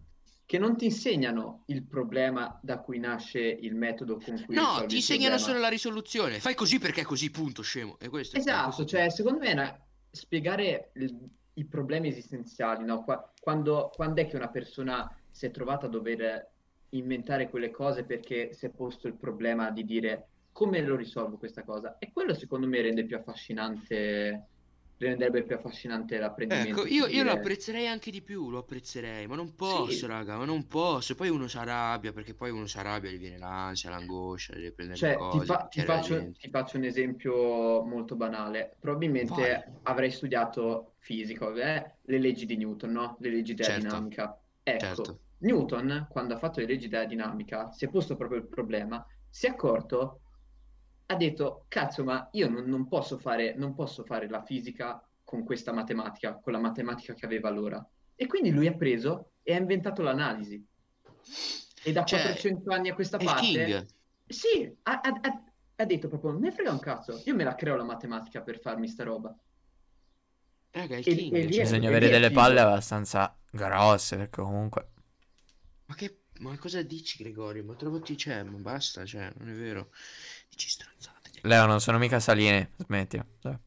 Speaker 3: Che non ti insegnano il problema da cui nasce il metodo con cui
Speaker 1: no,
Speaker 3: risolvi
Speaker 1: ti
Speaker 3: il
Speaker 1: insegnano
Speaker 3: problema.
Speaker 1: solo la risoluzione. Fai così perché è così, punto, scemo. E questo è-
Speaker 3: Esatto, cioè secondo me è una- spiegare il- i problemi esistenziali, no? Qua- quando, quando è che una persona si è trovata a dover inventare quelle cose perché si è posto il problema di dire come lo risolvo questa cosa? E quello secondo me rende più affascinante, renderebbe più affascinante l'apprendimento.
Speaker 1: Ecco, io,
Speaker 3: di
Speaker 1: io lo
Speaker 3: dire-
Speaker 1: apprezzerei anche di più, lo apprezzerei, ma non posso,
Speaker 3: Sì.
Speaker 1: raga, ma non posso. Poi uno si arrabbia, perché poi uno si arrabbia, gli viene l'ansia, l'angoscia, deve prendere le
Speaker 3: Cioè, ti
Speaker 1: cose,
Speaker 3: fa- ti
Speaker 1: picchiare la
Speaker 3: faccio,
Speaker 1: gente.
Speaker 3: ti faccio un esempio molto banale. Probabilmente
Speaker 1: Vai.
Speaker 3: avrei studiato fisico, eh, le leggi di Newton, no? Le leggi della
Speaker 1: Certo.
Speaker 3: dinamica. Ecco,
Speaker 1: Certo.
Speaker 3: Newton, quando ha fatto le leggi della dinamica, si è posto proprio il problema, si è accorto, ha detto, cazzo, ma io non, non posso fare, non posso fare la fisica con questa matematica, con la matematica che aveva allora. E quindi lui ha preso e ha inventato l'analisi. E da
Speaker 1: Cioè,
Speaker 3: 400 anni a questa
Speaker 1: È il
Speaker 3: parte...
Speaker 1: King.
Speaker 3: Sì, ha, ha- ha- ha detto proprio, me ne frega un cazzo, io me la creo la matematica per farmi sta roba.
Speaker 1: Raga, è il
Speaker 3: e-
Speaker 1: King.
Speaker 3: e lì
Speaker 1: cioè.
Speaker 3: è-
Speaker 2: Bisogna
Speaker 3: e
Speaker 2: avere
Speaker 3: lì è
Speaker 2: delle
Speaker 3: figo.
Speaker 2: palle abbastanza grosse. Perché comunque.
Speaker 1: Ma che... Ma cosa dici, Gregorio? Ma trovati, cioè, ma basta, cioè, non è vero. Dici stronzate.
Speaker 2: Leo, non sono mica saline. Smettila. Cioè,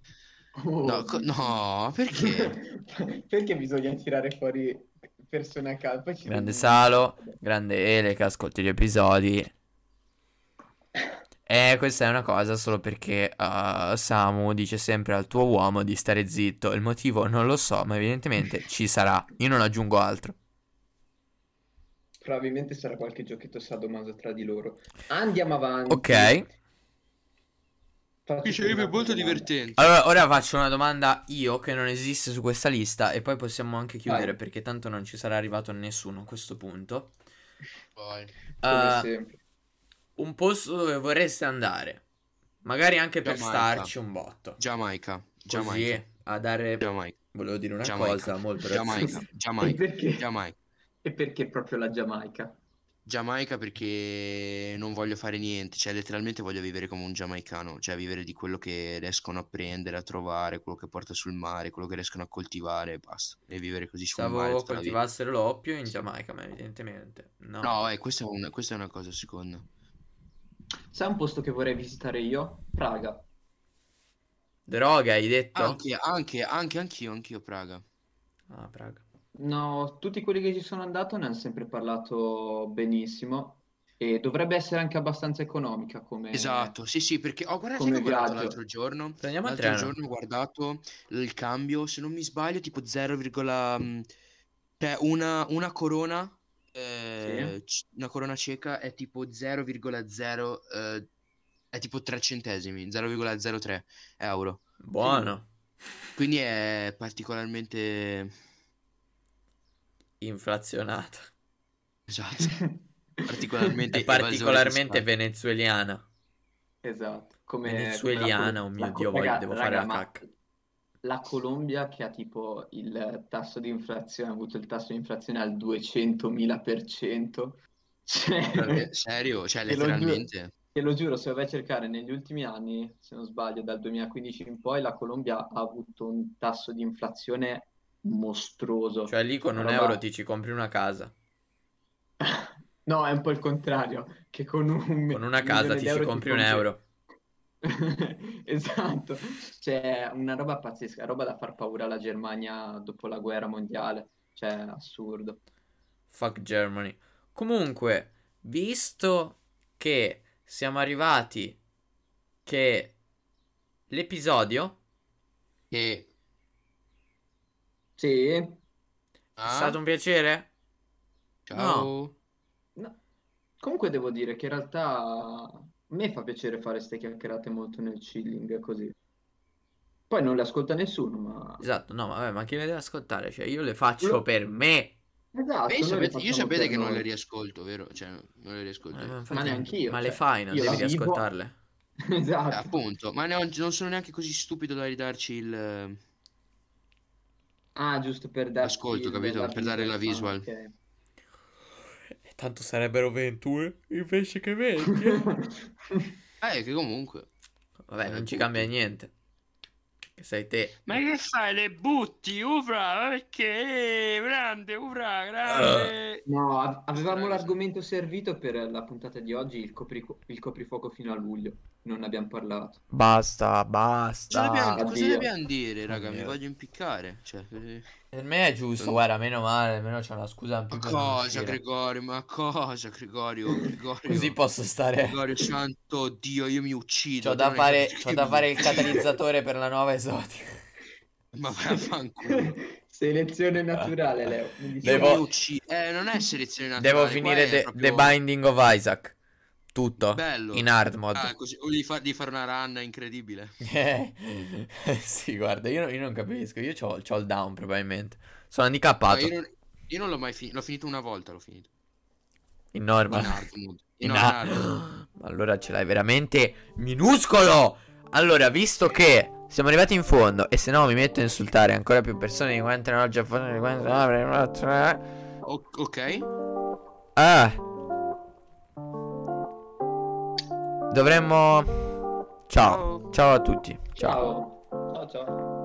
Speaker 2: Dai.
Speaker 3: Oh,
Speaker 1: No, co- no, perché?
Speaker 3: Perché bisogna tirare fuori persone a caso? Poi ci
Speaker 2: Grande
Speaker 3: sono-
Speaker 2: Salo, grande Ele che ascolti gli episodi. E questa è una cosa solo perché eh, Samu dice sempre al tuo uomo di stare zitto. Il motivo non lo so, ma evidentemente ci sarà. Io non aggiungo altro.
Speaker 3: Probabilmente sarà qualche giochetto sadomaso tra di loro. Andiamo avanti.
Speaker 2: Ok.
Speaker 3: Faccio
Speaker 1: Mi sarebbe
Speaker 3: prima
Speaker 1: molto
Speaker 3: una domanda.
Speaker 1: divertente.
Speaker 2: Allora, ora faccio una domanda io che non esiste su questa lista e poi possiamo anche chiudere
Speaker 3: Vai.
Speaker 2: perché tanto non ci sarà arrivato nessuno a questo punto.
Speaker 3: Come
Speaker 2: Eh,
Speaker 3: sempre.
Speaker 2: un posto dove vorreste andare, magari anche per
Speaker 1: Giamaica.
Speaker 2: starci un botto.
Speaker 1: Giamaica, Giamaica,
Speaker 2: Così a dare
Speaker 1: Giamaica,
Speaker 2: Volevo dire una
Speaker 1: Giamaica.
Speaker 2: cosa molto
Speaker 1: Giamaica,
Speaker 2: razzista.
Speaker 3: E
Speaker 1: Giamaica,
Speaker 3: perché?
Speaker 1: Giamaica.
Speaker 3: e perché proprio la Giamaica?
Speaker 1: Giamaica perché non voglio fare niente, cioè letteralmente voglio vivere come un giamaicano, cioè vivere di quello che riescono a prendere, a trovare, quello che porta sul mare, quello che riescono a coltivare e basta. E vivere così sul mare
Speaker 2: Pensavo
Speaker 1: tutta la vita.
Speaker 2: coltivassero l'oppio in Giamaica, ma evidentemente no.
Speaker 1: No, eh, questa è una, questa è una cosa seconda.
Speaker 3: Sai un posto che vorrei visitare io? Praga.
Speaker 2: Droga, hai detto?
Speaker 1: Anche, anche, anche, anch'io, anch'io Praga.
Speaker 2: Ah, Praga.
Speaker 3: No, tutti quelli che ci sono andato ne hanno sempre parlato benissimo e dovrebbe essere anche abbastanza economica come...
Speaker 1: Esatto, sì, sì, perché ho guardato,
Speaker 3: Eh. come
Speaker 1: sai che ho guardato
Speaker 3: viaggio.
Speaker 1: l'altro giorno.
Speaker 2: Prendiamo il
Speaker 1: L'altro
Speaker 2: treno.
Speaker 1: giorno ho guardato il cambio, se non mi sbaglio, tipo 0, mh, cioè una, una corona, eh, c- una corona cieca è tipo 0,0, eh, è tipo 3 centesimi, 0,03 euro.
Speaker 2: Buono.
Speaker 1: Quindi è particolarmente...
Speaker 2: Inflazionata.
Speaker 1: Esatto, particolarmente...
Speaker 2: È
Speaker 1: evasore
Speaker 2: particolarmente
Speaker 1: fiscale.
Speaker 2: venezuelana.
Speaker 3: Esatto, come...
Speaker 2: Venezueliana,
Speaker 3: la Col-
Speaker 2: oh mio
Speaker 3: la Col-
Speaker 2: Dio, voglio-
Speaker 3: raga-
Speaker 2: devo
Speaker 3: raga,
Speaker 2: fare la
Speaker 3: ma
Speaker 2: cacca.
Speaker 3: la Colombia che ha tipo il tasso di inflazione, ha avuto il tasso di inflazione al 200.000%, cioè,
Speaker 1: Perché- Serio, cioè
Speaker 3: Te lo giuro.
Speaker 1: letteralmente.
Speaker 3: te lo giuro, se vai a cercare negli ultimi anni, se non sbaglio, dal 2015 in poi, la Colombia ha avuto un tasso di inflazione mostruoso.
Speaker 2: Cioè lì con un
Speaker 3: Roba-
Speaker 2: euro ti ci compri una casa.
Speaker 3: No, è un po' il contrario, che con un
Speaker 2: Con una casa
Speaker 3: milione
Speaker 2: ti ci
Speaker 3: d'euro
Speaker 2: compri un euro.
Speaker 3: Esatto, cioè una roba pazzesca, roba da far paura alla Germania dopo la guerra mondiale, cioè assurdo.
Speaker 2: Fuck Germany. Comunque, visto che siamo arrivati che l'episodio
Speaker 1: Che...
Speaker 3: Sì?
Speaker 2: è
Speaker 1: Ah,
Speaker 2: stato un piacere,
Speaker 1: ciao.
Speaker 3: No. Comunque devo dire che in realtà a me fa piacere fare ste chiacchierate molto nel chilling così. Poi non le ascolta nessuno, ma...
Speaker 2: esatto, no, vabbè, ma chi le deve ascoltare? Cioè, io le faccio per me.
Speaker 3: Esatto,
Speaker 1: Voi
Speaker 3: noi le
Speaker 1: sapete- io
Speaker 3: facciamo
Speaker 1: sapete
Speaker 3: per
Speaker 1: che non
Speaker 3: noi.
Speaker 1: le riascolto, vero? Cioè, non le riascolto.
Speaker 2: Eh, infatti-
Speaker 3: Ma neanche io,
Speaker 2: Ma
Speaker 3: cioè,
Speaker 2: le fai, non
Speaker 3: io
Speaker 2: devi
Speaker 3: la vivo.
Speaker 2: riascoltarle.
Speaker 1: Eh,
Speaker 3: Esatto.
Speaker 1: appunto, ma ne- non sono neanche così stupido da ridarci il... eh,
Speaker 3: Ah, giusto per darti
Speaker 1: Ascolto,
Speaker 3: il-
Speaker 1: capito? Per dare la visual.
Speaker 3: ok.
Speaker 2: E Eh, tanto sarebbero 21 invece che 20.
Speaker 1: Eh, che comunque...
Speaker 2: Vabbè, non ci
Speaker 1: Appunto.
Speaker 2: cambia niente. Che sei te.
Speaker 1: Ma che fai? Le butti, ufra, perché? Eh, Grande, ufra, grande.
Speaker 3: Eh. No, a- avevamo l'argomento servito per la puntata di oggi, il copri- il coprifuoco fino a luglio. Non ne abbiamo parlato.
Speaker 4: Basta, basta.
Speaker 1: Cosa dobbiamo, cosa
Speaker 3: addio.
Speaker 1: dobbiamo dire, raga? Mi
Speaker 2: Oddio.
Speaker 1: voglio impiccare. Cioè, eh.
Speaker 2: Per me è giusto, guarda, meno male, almeno c'è una scusa in più
Speaker 1: ma
Speaker 2: per non
Speaker 1: cosa,
Speaker 2: uscire.
Speaker 1: Gregorio? Ma cosa, Gregorio? Gregorio,
Speaker 2: Così posso stare.
Speaker 1: Gregorio, santo Dio, io mi uccido.
Speaker 2: C'ho da
Speaker 1: tu non hai
Speaker 2: fare,
Speaker 1: capito.
Speaker 2: c'ho da fare il
Speaker 1: Cioè,
Speaker 2: catalizzatore per la nuova esotica.
Speaker 1: Ma vai a fanculo.
Speaker 3: Selezione naturale, Leo. Mi dicevi-
Speaker 2: Devo-
Speaker 1: Mi uccidi. Eh, non è selezione naturale.
Speaker 2: Devo
Speaker 1: qua
Speaker 2: finire
Speaker 1: è
Speaker 2: The,
Speaker 1: proprio
Speaker 2: The Binding of Isaac. Tutto.
Speaker 1: Bello.
Speaker 2: In hard mod.
Speaker 1: Ah, così, o di, fa- di fare una run incredibile.
Speaker 2: Eh, sì, guarda, io, io non capisco. Io c'ho, c'ho il down, probabilmente. Sono handicappato.
Speaker 1: No, io, non, io non l'ho mai finito. L'ho finito una volta, l'ho finito.
Speaker 2: In
Speaker 1: In
Speaker 2: normal.
Speaker 1: hard mode.
Speaker 2: In
Speaker 1: No, in
Speaker 2: a-
Speaker 1: hard mode.
Speaker 2: Ma Allora ce l'hai veramente minuscolo. Allora, visto che siamo arrivati in fondo e se no mi metto a insultare ancora più persone di quante ne ho già fatto di quante ne ho-
Speaker 1: O- ok.
Speaker 2: Ah. Dovremmo Ciao. Ciao a tutti. Ciao.
Speaker 3: Ciao. Ciao, ciao.